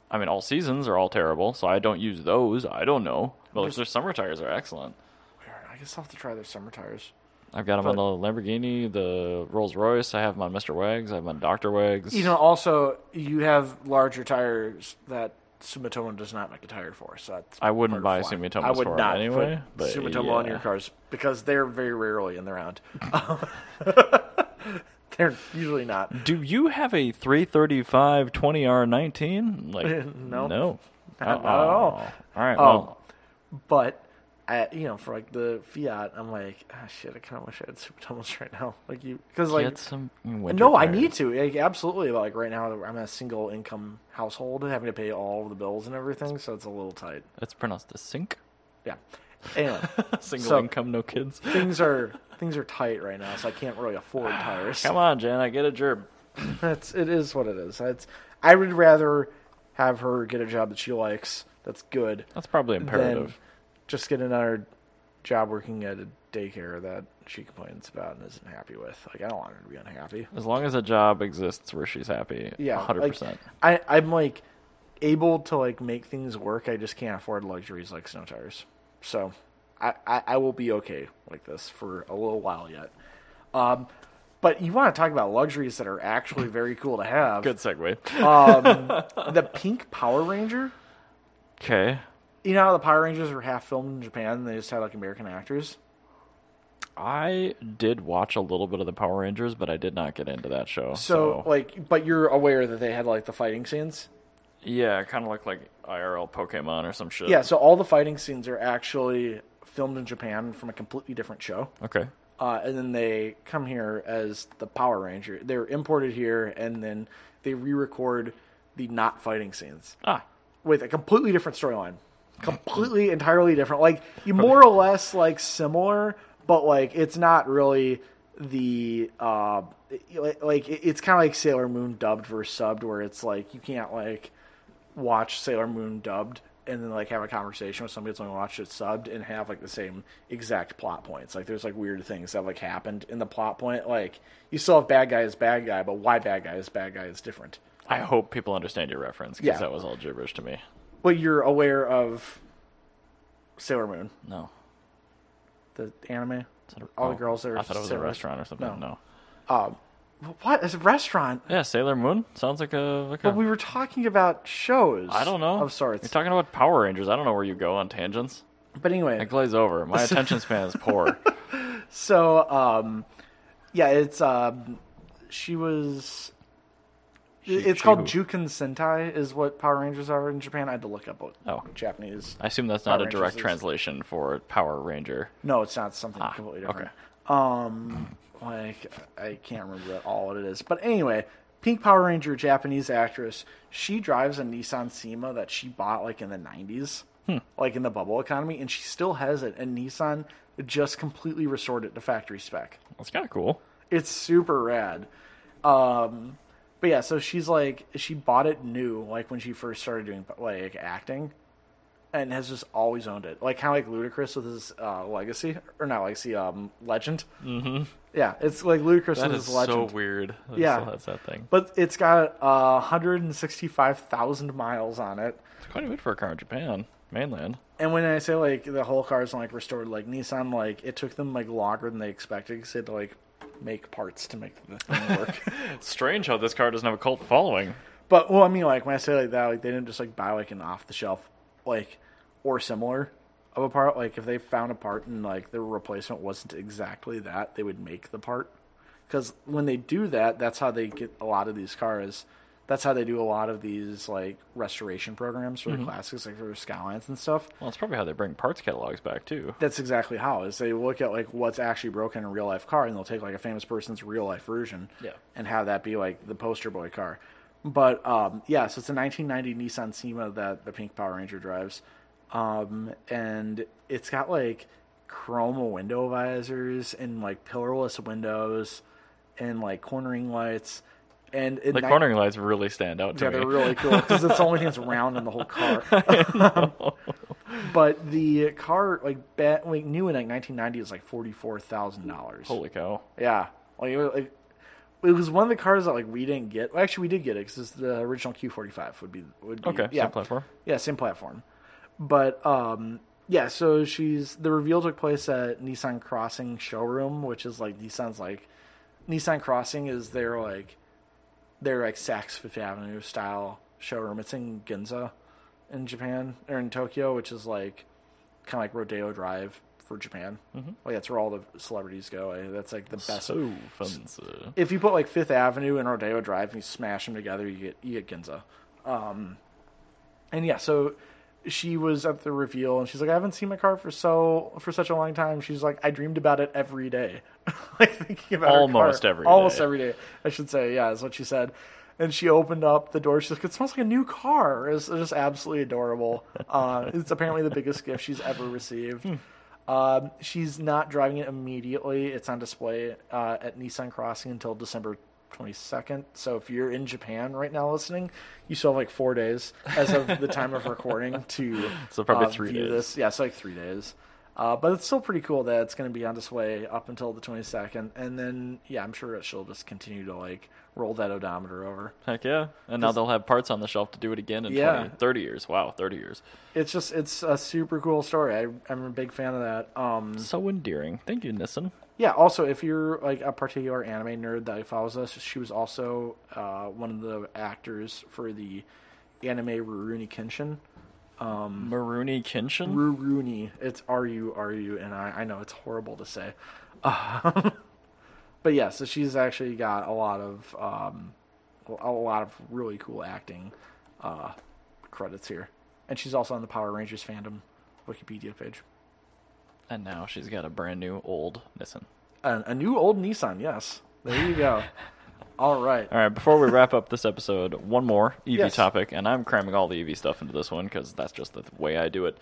Speaker 1: I mean, all seasons are all terrible, so I don't use those. I don't know. But like, their summer tires are excellent.
Speaker 2: Weird. I guess I'll have to try their summer tires.
Speaker 1: I've got them on the Lamborghini, the Rolls Royce. I have them on Mr. Wags. I have them on Dr. Wags.
Speaker 2: You know, also you have larger tires that Sumitomo does not make a tire for. So that's
Speaker 1: I wouldn't buy
Speaker 2: part of why.
Speaker 1: Sumitomo's
Speaker 2: I would
Speaker 1: for 'em
Speaker 2: not
Speaker 1: anyway,
Speaker 2: put
Speaker 1: but
Speaker 2: Sumitomo
Speaker 1: yeah.
Speaker 2: on your cars because they're very rarely in the round. they're usually not.
Speaker 1: Do you have a 335 20R19? Like,
Speaker 2: No.
Speaker 1: No.
Speaker 2: Not at all. Oh,
Speaker 1: All right. Well,
Speaker 2: Um, But I, you know, for like the Fiat, I'm like, ah, shit. I kind of wish I had Supertomos right now. Like you, because like,
Speaker 1: get some. Winter
Speaker 2: no, I
Speaker 1: tires.
Speaker 2: need to. Like, absolutely. But like right now, I'm in a single income household, having to pay all the bills and everything, so it's a little tight.
Speaker 1: It's pronounced a sink.
Speaker 2: Yeah. Anyway,
Speaker 1: Single
Speaker 2: So-
Speaker 1: income, no kids.
Speaker 2: things are things are tight right now, so I can't really afford tires.
Speaker 1: Come on, Jan. I get a gerb.
Speaker 2: That's it is what it is. It's I would rather have her get a job that she likes. That's good.
Speaker 1: That's probably
Speaker 2: Then
Speaker 1: imperative.
Speaker 2: just get another job working at a daycare that she complains about and isn't happy with. Like I don't want her to be unhappy.
Speaker 1: As long as a job exists where she's happy.
Speaker 2: Yeah,
Speaker 1: Hundred
Speaker 2: like,
Speaker 1: percent.
Speaker 2: I I'm like able to like make things work. I just can't afford luxuries like snow tires. So I I, I will be okay like this for a little while yet. Um, but you want to talk about luxuries that are actually very cool to have.
Speaker 1: Good segue.
Speaker 2: Um, the pink Power Ranger.
Speaker 1: Okay.
Speaker 2: You know how the Power Rangers were half filmed in Japan and they just had like American actors?
Speaker 1: I did watch a little bit of the Power Rangers, but I did not get into that show.
Speaker 2: So,
Speaker 1: So,
Speaker 2: like, but you're aware that they had like the fighting scenes.
Speaker 1: yeah, kind of looked like IRL Pokemon or some shit.
Speaker 2: Yeah, so all the fighting scenes are actually filmed in Japan from a completely different show,
Speaker 1: Okay.
Speaker 2: uh, and then they come here as the Power Ranger. They're imported here, and then they re-record the not fighting scenes
Speaker 1: Ah,
Speaker 2: with a completely different storyline, completely entirely different. Like, you more or less like similar, but like it's not really the uh, like it- it's kind of like Sailor Moon dubbed versus subbed, where it's like you can't like watch Sailor Moon dubbed and then like have a conversation with somebody that's only watched it subbed and have like the same exact plot points. Like there's like weird things that like happened in the plot point. Like you still have bad guy is bad guy, but why bad guy is bad guy is different.
Speaker 1: I hope people understand your reference because
Speaker 2: Yeah.
Speaker 1: that was all gibberish to me.
Speaker 2: But you're aware of Sailor Moon,
Speaker 1: No.
Speaker 2: the anime.
Speaker 1: Is that a-
Speaker 2: All the
Speaker 1: oh,
Speaker 2: girls are
Speaker 1: I thought it was
Speaker 2: Sailor-
Speaker 1: a restaurant or something.
Speaker 2: no.
Speaker 1: No.
Speaker 2: What is a restaurant?
Speaker 1: Yeah, Sailor Moon sounds like a. Like a
Speaker 2: But we were talking about shows. Oh,
Speaker 1: I don't know.
Speaker 2: of sorts.
Speaker 1: You're talking about Power Rangers. I don't know where you go on tangents.
Speaker 2: but anyway,
Speaker 1: I glaze over. My attention span is poor.
Speaker 2: So, um, yeah, it's um, she was. it's
Speaker 1: she
Speaker 2: called
Speaker 1: who?
Speaker 2: Jukin Sentai, is what Power Rangers are in Japan. I had to look up what
Speaker 1: Oh.
Speaker 2: Japanese.
Speaker 1: I assume that's not
Speaker 2: Power
Speaker 1: a direct
Speaker 2: Rangers is-
Speaker 1: translation for Power Ranger.
Speaker 2: No, it's not something completely different.
Speaker 1: okay.
Speaker 2: Um, like I can't remember at all what it is, but anyway, Pink Power Ranger, Japanese actress. She drives a Nissan SEMA that she bought like in the '90s, like in the bubble economy, and she still has it. And Nissan just completely restored it to factory spec.
Speaker 1: That's kind of cool.
Speaker 2: It's super rad. Um, But yeah, so she's like she bought it new, like when she first started doing like acting, and has just always owned it. Like kind of like Ludacris with his uh, legacy or not legacy, um, legend. Mm-hmm. Yeah, it's like Ludacris
Speaker 1: That
Speaker 2: with
Speaker 1: is
Speaker 2: his legend.
Speaker 1: so weird. That
Speaker 2: Yeah.
Speaker 1: still has that thing.
Speaker 2: But it's got uh, 165,000 miles on it.
Speaker 1: It's quite a bit for a car in Japan mainland.
Speaker 2: And when I say like the whole car isn't like restored, like Nissan, like it took them like longer than they expected because they had to like make parts to make the thing work.
Speaker 1: It's strange how this car doesn't have a cult following.
Speaker 2: But well, I mean, like when I say like that, like they didn't just like buy like an off the shelf, like or similar of a part. Like if they found a part and like the replacement wasn't exactly that, they would make the part. Because when they do that, that's how they get a lot of these cars. That's how they do a lot of these like restoration programs for the classics, like for Skylines and stuff.
Speaker 1: Well, it's probably how they bring parts catalogs back too.
Speaker 2: That's exactly how is they look at like what's actually broken in a real life car, and they'll take like a famous person's real life version,
Speaker 1: Yeah.
Speaker 2: and have that be like the poster boy car. But um, yeah, so it's a 1990 Nissan SEMA that the Pink Power Ranger drives, um, and it's got like chroma window visors and like pillarless windows, and like cornering lights, and in
Speaker 1: The
Speaker 2: ni-
Speaker 1: cornering lights really stand out to
Speaker 2: yeah,
Speaker 1: me.
Speaker 2: they're really cool because it's the only thing that's round in the whole car. but the car, like, bet, like new in like 1990, was like forty four thousand dollars.
Speaker 1: Holy cow!
Speaker 2: Yeah, like it, was, like it was one of the cars that like we didn't get. Well, actually, we did get it because the original Q45 would be would be
Speaker 1: Okay,
Speaker 2: yeah
Speaker 1: same platform.
Speaker 2: yeah same platform. But um yeah, so she's the reveal took place at Nissan Crossing showroom, which is like Nissan's like Nissan Crossing is their like their like Saks Fifth Avenue style showroom. It's in Ginza in Japan or in Tokyo, which is like kind of like Rodeo Drive for Japan. Like that's where all the celebrities go. Like, that's like the best.
Speaker 1: So fancy.
Speaker 2: if you put like Fifth Avenue and Rodeo Drive and you smash them together, you get you get Ginza. Um, and yeah, so she was at the reveal and she's like, I haven't seen my car for so for such a long time. She's like, I dreamed about it every day, like thinking about her
Speaker 1: Almost
Speaker 2: car.
Speaker 1: every
Speaker 2: almost
Speaker 1: day.
Speaker 2: every day, I should say. Yeah, is what she said. And she opened up the door. She's like, "It smells like a new car." It's just absolutely adorable. Uh, it's apparently the biggest gift she's ever received.
Speaker 1: Hmm.
Speaker 2: Um, she's not driving it immediately. It's on display uh, at Nissan Crossing until December 22nd. So if you're in Japan right now listening, you still have like four days as of the time of recording to
Speaker 1: So probably
Speaker 2: uh,
Speaker 1: three
Speaker 2: view
Speaker 1: days.
Speaker 2: This. Yeah, it's like three days. Uh, but it's still pretty cool that it's going to be on display up until the 22nd. And then, yeah, I'm sure it, she'll just continue to like roll that odometer over.
Speaker 1: Heck yeah! And now they'll have parts on the shelf to do it again in
Speaker 2: Yeah.
Speaker 1: 20, 30 years. Wow, thirty years.
Speaker 2: It's just, it's a super cool story. I, I'm a big fan of that. Um,
Speaker 1: So endearing. Thank you, Nissan.
Speaker 2: Yeah. Also, if you're like a particular anime nerd that follows us, she was also uh, one of the actors for the anime Rurouni Kenshin.
Speaker 1: Maruni Kenshin.
Speaker 2: Rurouni. It's R U R U N I. I know it's horrible to say, um, but yeah. So she's actually got a lot of um, a lot of really cool acting uh, credits here, and she's also on the Power Rangers fandom Wikipedia page.
Speaker 1: and now she's got a brand new old Nissan.
Speaker 2: A, a new old Nissan. Yes. There you go. All right.
Speaker 1: All right, before we wrap up this episode, one more EV
Speaker 2: Yes.
Speaker 1: topic, and I'm cramming all the EV stuff into this one because that's just the way I do it.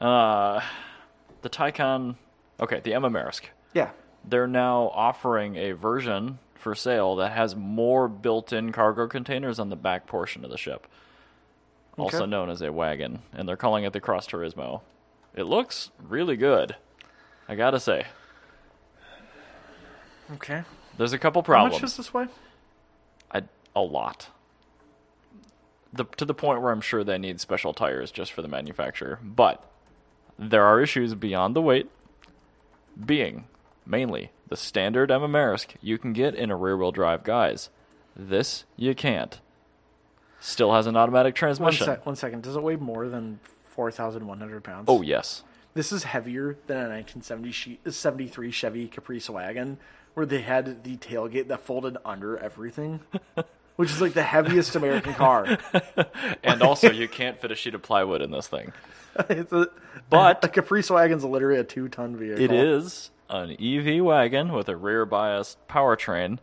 Speaker 1: Uh, the Taycan, okay, the Emma Maersk,
Speaker 2: Yeah.
Speaker 1: they're now offering a version for sale that has more built-in cargo containers on the back portion of the ship, also
Speaker 2: Okay.
Speaker 1: known as a wagon, and they're calling it the Cross Turismo. It looks really good, I gotta say.
Speaker 2: Okay.
Speaker 1: There's a couple
Speaker 2: How
Speaker 1: problems.
Speaker 2: much is this way?
Speaker 1: I, a lot. The, to the point where I'm sure they need special tires just for the manufacturer. But there are issues beyond the weight, being mainly the standard Emma Maersk you can get in a rear wheel drive guise. This you can't. Still has an automatic
Speaker 2: One,
Speaker 1: transmission.
Speaker 2: sec- one second. Does it weigh more than 4,100 pounds?
Speaker 1: Oh, yes.
Speaker 2: This is heavier than a 1973 Chevy Caprice wagon where they had the tailgate that folded under everything, which is like the heaviest American car.
Speaker 1: And also, you can't fit a sheet of plywood in this thing.
Speaker 2: It's a,
Speaker 1: But-
Speaker 2: a Caprice wagon's literally a two ton vehicle.
Speaker 1: It is an EV wagon with a rear biased powertrain.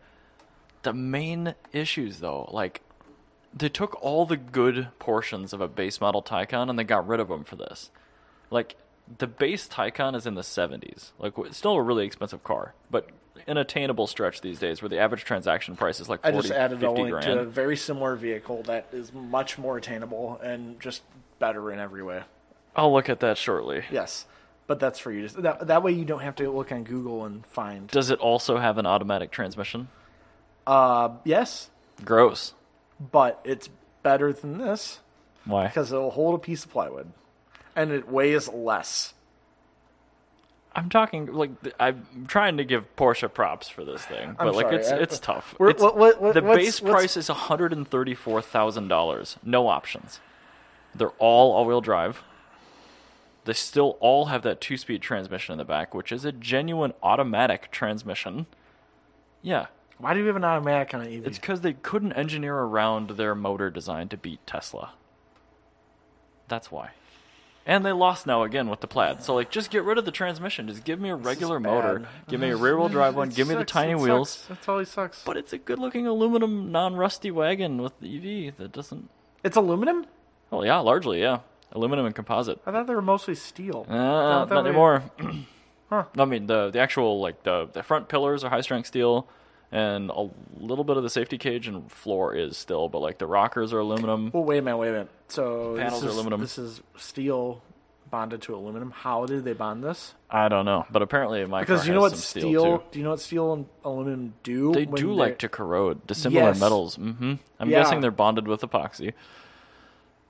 Speaker 1: The main issues, though, like they took all the good portions of a base model Taycan and they got rid of them for this. Like the base Taycan is in the 70s. Like, w- still a really expensive car, but an attainable stretch these days where the average transaction price is like
Speaker 2: I
Speaker 1: 40,
Speaker 2: just added a
Speaker 1: 50
Speaker 2: link
Speaker 1: grand.
Speaker 2: to a very similar vehicle that is much more attainable and just better in every way.
Speaker 1: I'll look at that shortly.
Speaker 2: Yes, but that's for you. Just that that way you don't have to look on Google and find.
Speaker 1: Does it also have an automatic transmission?
Speaker 2: Uh, yes,
Speaker 1: Gross.
Speaker 2: but it's better than this
Speaker 1: Why?
Speaker 2: because it'll hold a piece of plywood, and it weighs less.
Speaker 1: I'm talking like th- I'm trying to give Porsche props for this thing, but like
Speaker 2: sorry,
Speaker 1: it's
Speaker 2: I-
Speaker 1: it's tough.
Speaker 2: We're-
Speaker 1: It's-
Speaker 2: what- what- what-
Speaker 1: the
Speaker 2: what's-
Speaker 1: base
Speaker 2: what's-
Speaker 1: price is one hundred and thirty-four thousand dollars. No options. They're all all-wheel drive. They still all have that two-speed transmission in the back, which is a genuine automatic transmission. Yeah,
Speaker 2: Why do we have an automatic on an E EV?
Speaker 1: it's because they couldn't engineer around their motor design to beat Tesla. That's why. And they lost now again with the plaid. So like, just get rid of the transmission. Just give me a regular
Speaker 2: bad.
Speaker 1: motor. Give me a rear-wheel drive one.
Speaker 2: It
Speaker 1: Give me the
Speaker 2: sucks,
Speaker 1: tiny
Speaker 2: it
Speaker 1: wheels.
Speaker 2: sucks. That's all he sucks.
Speaker 1: But it's a good-looking aluminum, non-rusty wagon with the EV that doesn't.
Speaker 2: it's aluminum.
Speaker 1: Well, yeah, largely, yeah, aluminum and composite.
Speaker 2: I thought they were mostly steel.
Speaker 1: Uh,
Speaker 2: Not
Speaker 1: not
Speaker 2: that way.
Speaker 1: anymore.
Speaker 2: Huh.
Speaker 1: I mean, the the actual like the the front pillars are high-strength steel, and a little bit of the safety cage and floor is still, but like the rockers are aluminum.
Speaker 2: Well, wait a minute, wait a minute. So
Speaker 1: Panels
Speaker 2: this
Speaker 1: are
Speaker 2: is,
Speaker 1: aluminum.
Speaker 2: This is steel bonded to aluminum. How did they bond this?
Speaker 1: I don't know, but apparently my
Speaker 2: Because
Speaker 1: car
Speaker 2: you know
Speaker 1: has
Speaker 2: what
Speaker 1: some
Speaker 2: steel,
Speaker 1: steel, too.
Speaker 2: do you know what steel and aluminum do?
Speaker 1: They
Speaker 2: when
Speaker 1: do
Speaker 2: they're-
Speaker 1: like to corrode to similar
Speaker 2: Yes.
Speaker 1: metals. hmm I'm
Speaker 2: Yeah.
Speaker 1: guessing they're bonded with epoxy.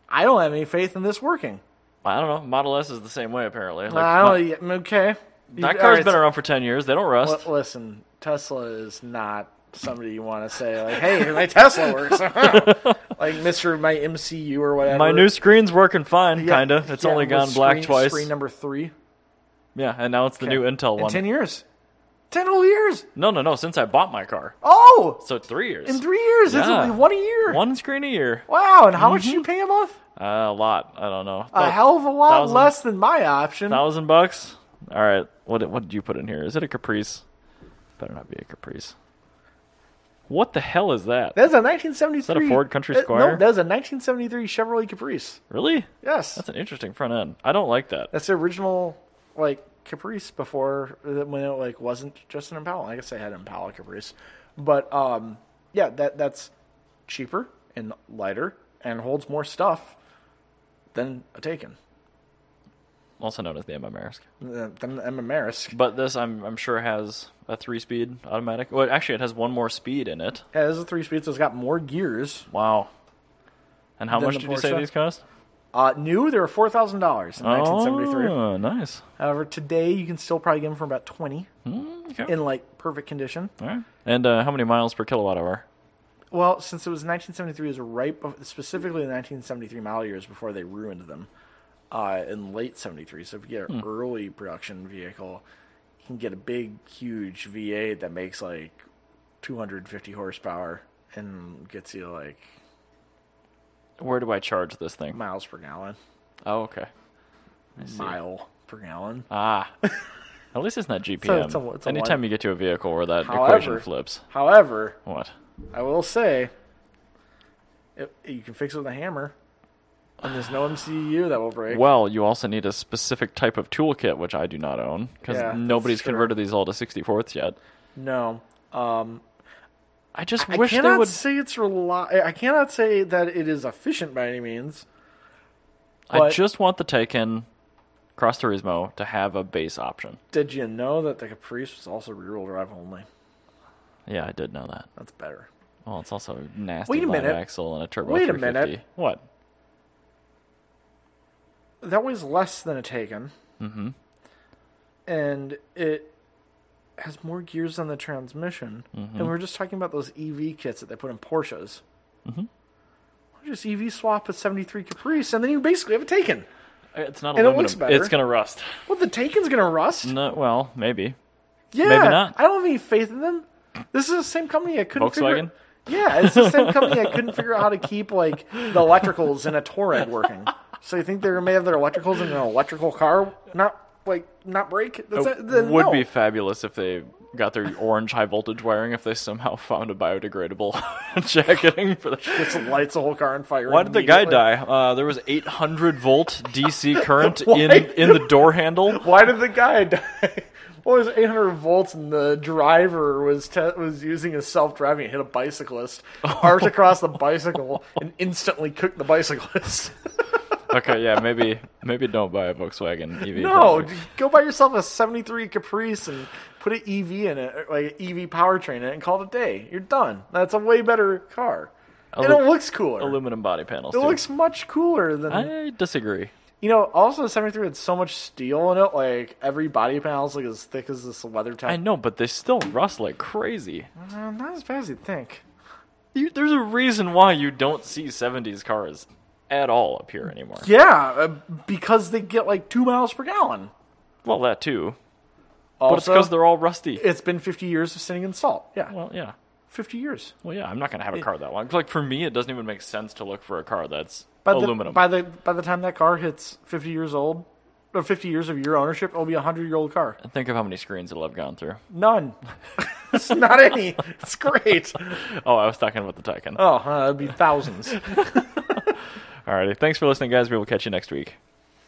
Speaker 2: I don't have any faith in this working.
Speaker 1: I don't know. Model S is the same way apparently. Like,
Speaker 2: I
Speaker 1: my-
Speaker 2: don't, yeah, I'm okay.
Speaker 1: that
Speaker 2: car
Speaker 1: car's been around for ten years. They don't rust.
Speaker 2: listen, Tesla is not somebody you want to say like, "Hey, my Tesla works." like Mister, my MCU or whatever.
Speaker 1: My new screen's working fine,
Speaker 2: Yeah,
Speaker 1: kinda. It's
Speaker 2: yeah,
Speaker 1: only
Speaker 2: was
Speaker 1: gone black
Speaker 2: screen-
Speaker 1: twice.
Speaker 2: Screen number three.
Speaker 1: yeah, and now it's the new
Speaker 2: Okay.
Speaker 1: Intel
Speaker 2: In
Speaker 1: one.
Speaker 2: ten years. Ten whole years.
Speaker 1: no, no, no. Since I bought my car,
Speaker 2: Oh,
Speaker 1: so three years.
Speaker 2: in three years, it's
Speaker 1: Yeah.
Speaker 2: only one a year.
Speaker 1: one screen a year.
Speaker 2: Wow, and how much do you pay a month?
Speaker 1: Uh, a lot. I don't know.
Speaker 2: A hell of a lot
Speaker 1: thousand-
Speaker 2: less than my option.
Speaker 1: Thousand bucks. All right. What what did you put in here? Is it a Caprice? Better not be a Caprice. What the hell is that?
Speaker 2: That's a 1973. Is
Speaker 1: that a Ford Country
Speaker 2: No,
Speaker 1: Squire?
Speaker 2: that's a 1973 Chevrolet Caprice.
Speaker 1: Really?
Speaker 2: Yes,
Speaker 1: That's an interesting front end. I don't like that.
Speaker 2: that's the original like Caprice before uh, when it like wasn't just an Impala. I guess I had an Impala Caprice, but um, yeah, that that's cheaper and lighter and holds more stuff than a Taken
Speaker 1: Also known as the MMRisk.
Speaker 2: than than an Amerisk.
Speaker 1: But this, I'm I'm sure has a three-speed automatic. Well, actually, it has one more speed in it.
Speaker 2: Yeah, this is a three speed, so it's got more gears.
Speaker 1: Wow. And how
Speaker 2: Than
Speaker 1: much
Speaker 2: the
Speaker 1: did you say
Speaker 2: Porsche?
Speaker 1: these cost?
Speaker 2: Uh, new, they were four thousand dollars in 1973.
Speaker 1: Oh, nice.
Speaker 2: However, today you can still probably get them for about twenty
Speaker 1: Mm, okay.
Speaker 2: in like perfect condition.
Speaker 1: All right. And uh, how many miles per kilowatt hour?
Speaker 2: Well, since it was 1973, it was right bef- specifically the 1973 model years before they ruined them uh, in late '73. So if you get an early production vehicle, you can get a big, huge V8 that makes like 250 horsepower and gets you like
Speaker 1: Where do I charge this thing?
Speaker 2: miles per gallon,
Speaker 1: Oh, okay.
Speaker 2: mile per gallon.
Speaker 1: Ah. At least it's not GPM.
Speaker 2: it's a- it's a
Speaker 1: Anytime
Speaker 2: one-
Speaker 1: you get to a vehicle where that
Speaker 2: However-
Speaker 1: equation flips.
Speaker 2: However,
Speaker 1: What?
Speaker 2: I will say, it, you can fix it with a hammer, and there's no MCU that will break.
Speaker 1: Well, you also need a specific type of toolkit, which I do not own, because
Speaker 2: Yeah, that's
Speaker 1: nobody's
Speaker 2: true.
Speaker 1: converted these all to 64ths yet.
Speaker 2: No. Um,
Speaker 1: I just
Speaker 2: I
Speaker 1: wish
Speaker 2: cannot
Speaker 1: they would.
Speaker 2: say it's reli- I cannot say that it is efficient by any means.
Speaker 1: I
Speaker 2: but-
Speaker 1: just want the Taken Cross Turismo to have a base option.
Speaker 2: Did you know that the Caprice was also rear-wheel drive only?
Speaker 1: Yeah, I did know that.
Speaker 2: That's better.
Speaker 1: Well, it's also a nasty
Speaker 2: Wait a
Speaker 1: live
Speaker 2: minute.
Speaker 1: axle and a turbo.
Speaker 2: Wait a
Speaker 1: 350.
Speaker 2: minute.
Speaker 1: What?
Speaker 2: That weighs less than a Taken. Mm-hmm. And it has more gears on the transmission.
Speaker 1: Mm-hmm.
Speaker 2: And we were just talking about those EV kits that they put in Porsches. Mm-hmm. Just EV swap a 73 Caprice, and then you basically have a Taken.
Speaker 1: It's not
Speaker 2: And it
Speaker 1: aluminum.
Speaker 2: looks better.
Speaker 1: It's gonna rust.
Speaker 2: Well, the Taken's going to rust.
Speaker 1: No, well, maybe.
Speaker 2: Yeah,
Speaker 1: Maybe not.
Speaker 2: I don't have any faith in them. This is the same company I couldn't
Speaker 1: Volkswagen?
Speaker 2: figure. Yeah, it's the same company I couldn't figure out how to keep like the electricals in a Touareg working. So you think they may have their electricals in an electrical car? Not like not break? That's
Speaker 1: It
Speaker 2: not- then
Speaker 1: would
Speaker 2: no.
Speaker 1: be fabulous if they got their orange high voltage wiring if they somehow found a biodegradable jacketing for the.
Speaker 2: Just lights the whole car on fire.
Speaker 1: Why did the guy
Speaker 2: immediately.
Speaker 1: die? Uh, there was 800 volt DC current
Speaker 2: Why?
Speaker 1: in in the door handle.
Speaker 2: Why did the guy die? Well, it was 800 volts, and the driver was te- was using his self driving and hit a bicyclist, arced across the bicycle, and instantly cooked the bicyclist.
Speaker 1: Okay, yeah, maybe maybe don't buy a Volkswagen E EV.
Speaker 2: no,
Speaker 1: product.
Speaker 2: go buy yourself a 73 Caprice and put an EV in it, or, like an EV powertrain in it, and call it a day. You're done. That's a way better car, and
Speaker 1: Alu-
Speaker 2: it looks cooler.
Speaker 1: aluminum body panels.
Speaker 2: it
Speaker 1: dude.
Speaker 2: looks much cooler than
Speaker 1: I disagree.
Speaker 2: You know, also the 73 had so much steel in it, like every body panel is like as thick as this leather
Speaker 1: I
Speaker 2: type.
Speaker 1: know, but they still rust like crazy.
Speaker 2: Uh, not as bad as you'd think.
Speaker 1: You, there's a reason why you don't see 70s cars at all up here anymore.
Speaker 2: Yeah, uh, because they get like two miles per gallon.
Speaker 1: Well, that too. But it's
Speaker 2: Also,
Speaker 1: because they're all rusty.
Speaker 2: it's been 50 years of sitting in salt. Yeah,
Speaker 1: Well, yeah.
Speaker 2: 50 years.
Speaker 1: Well, yeah, I'm not going to have a car that long. Like, for me, it doesn't even make sense to look for a car that's
Speaker 2: By the,
Speaker 1: aluminum.
Speaker 2: By the by the time that car hits 50 years old, or 50 years of your ownership, it'll be a 100 year old car.
Speaker 1: Think of how many screens it'll have gone through.
Speaker 2: None. it's not any. It's great.
Speaker 1: Oh, I was talking about the Taycan.
Speaker 2: Oh, uh, it'd be thousands.
Speaker 1: Alrighty. Thanks for listening, guys. We will catch you next week.